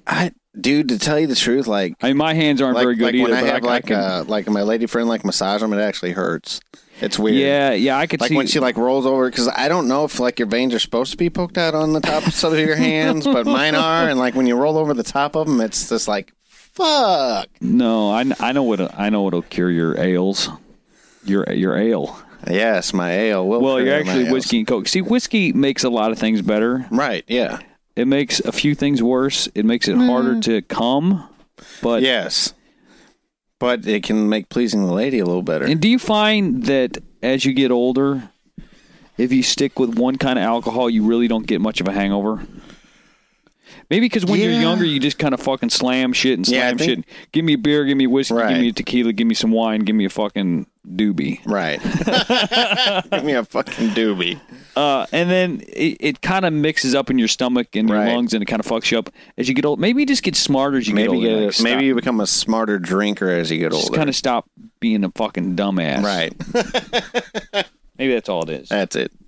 Speaker 4: I, dude, to tell you the truth, like
Speaker 3: I mean, my hands aren't
Speaker 4: like,
Speaker 3: very good
Speaker 4: like
Speaker 3: either.
Speaker 4: when I
Speaker 3: but
Speaker 4: have
Speaker 3: I,
Speaker 4: like
Speaker 3: I can,
Speaker 4: uh, like my lady friend like massage them, it actually hurts. It's weird.
Speaker 3: yeah, yeah, I could
Speaker 4: Like
Speaker 3: see
Speaker 4: when she like rolls over, because I don't know if like your veins are supposed to be poked out on the top of your hands, but mine are. And like when you roll over the top of them, it's just like, fuck.
Speaker 3: No, I, kn- I know what I know what'll cure your ales, your your ale.
Speaker 4: Yes, my ale. Will
Speaker 3: Well,
Speaker 4: cure
Speaker 3: you're
Speaker 4: my
Speaker 3: actually
Speaker 4: ails.
Speaker 3: whiskey and coke. See, whiskey makes a lot of things better.
Speaker 4: Right? Yeah.
Speaker 3: It makes
Speaker 4: Mm.
Speaker 3: a few things worse. It makes it harder to come. But
Speaker 4: Yes. but it can make pleasing the lady a little better.
Speaker 3: And do you find that as you get older, if you stick with one kind of alcohol, you really don't get much of a hangover? Maybe because when you're
Speaker 4: Yeah.
Speaker 3: younger, you just kind of fucking slam shit and
Speaker 4: Yeah, I
Speaker 3: slam
Speaker 4: think-
Speaker 3: shit. Give me a beer, give me whiskey, give
Speaker 4: Right.
Speaker 3: me a tequila, give me some wine, give me a fucking doobie.
Speaker 4: Right. give me a fucking doobie.
Speaker 3: Uh, and then it, it kind of mixes up in your stomach and your lungs, and it kind of fucks you up as you get old. Maybe you just get smarter as you
Speaker 4: Maybe
Speaker 3: get
Speaker 4: you,
Speaker 3: older.
Speaker 4: maybe you become a smarter drinker as you get
Speaker 3: just
Speaker 4: older.
Speaker 3: kind of stop being a fucking dumbass.
Speaker 4: Right.
Speaker 3: Maybe that's all it is.
Speaker 4: That's it.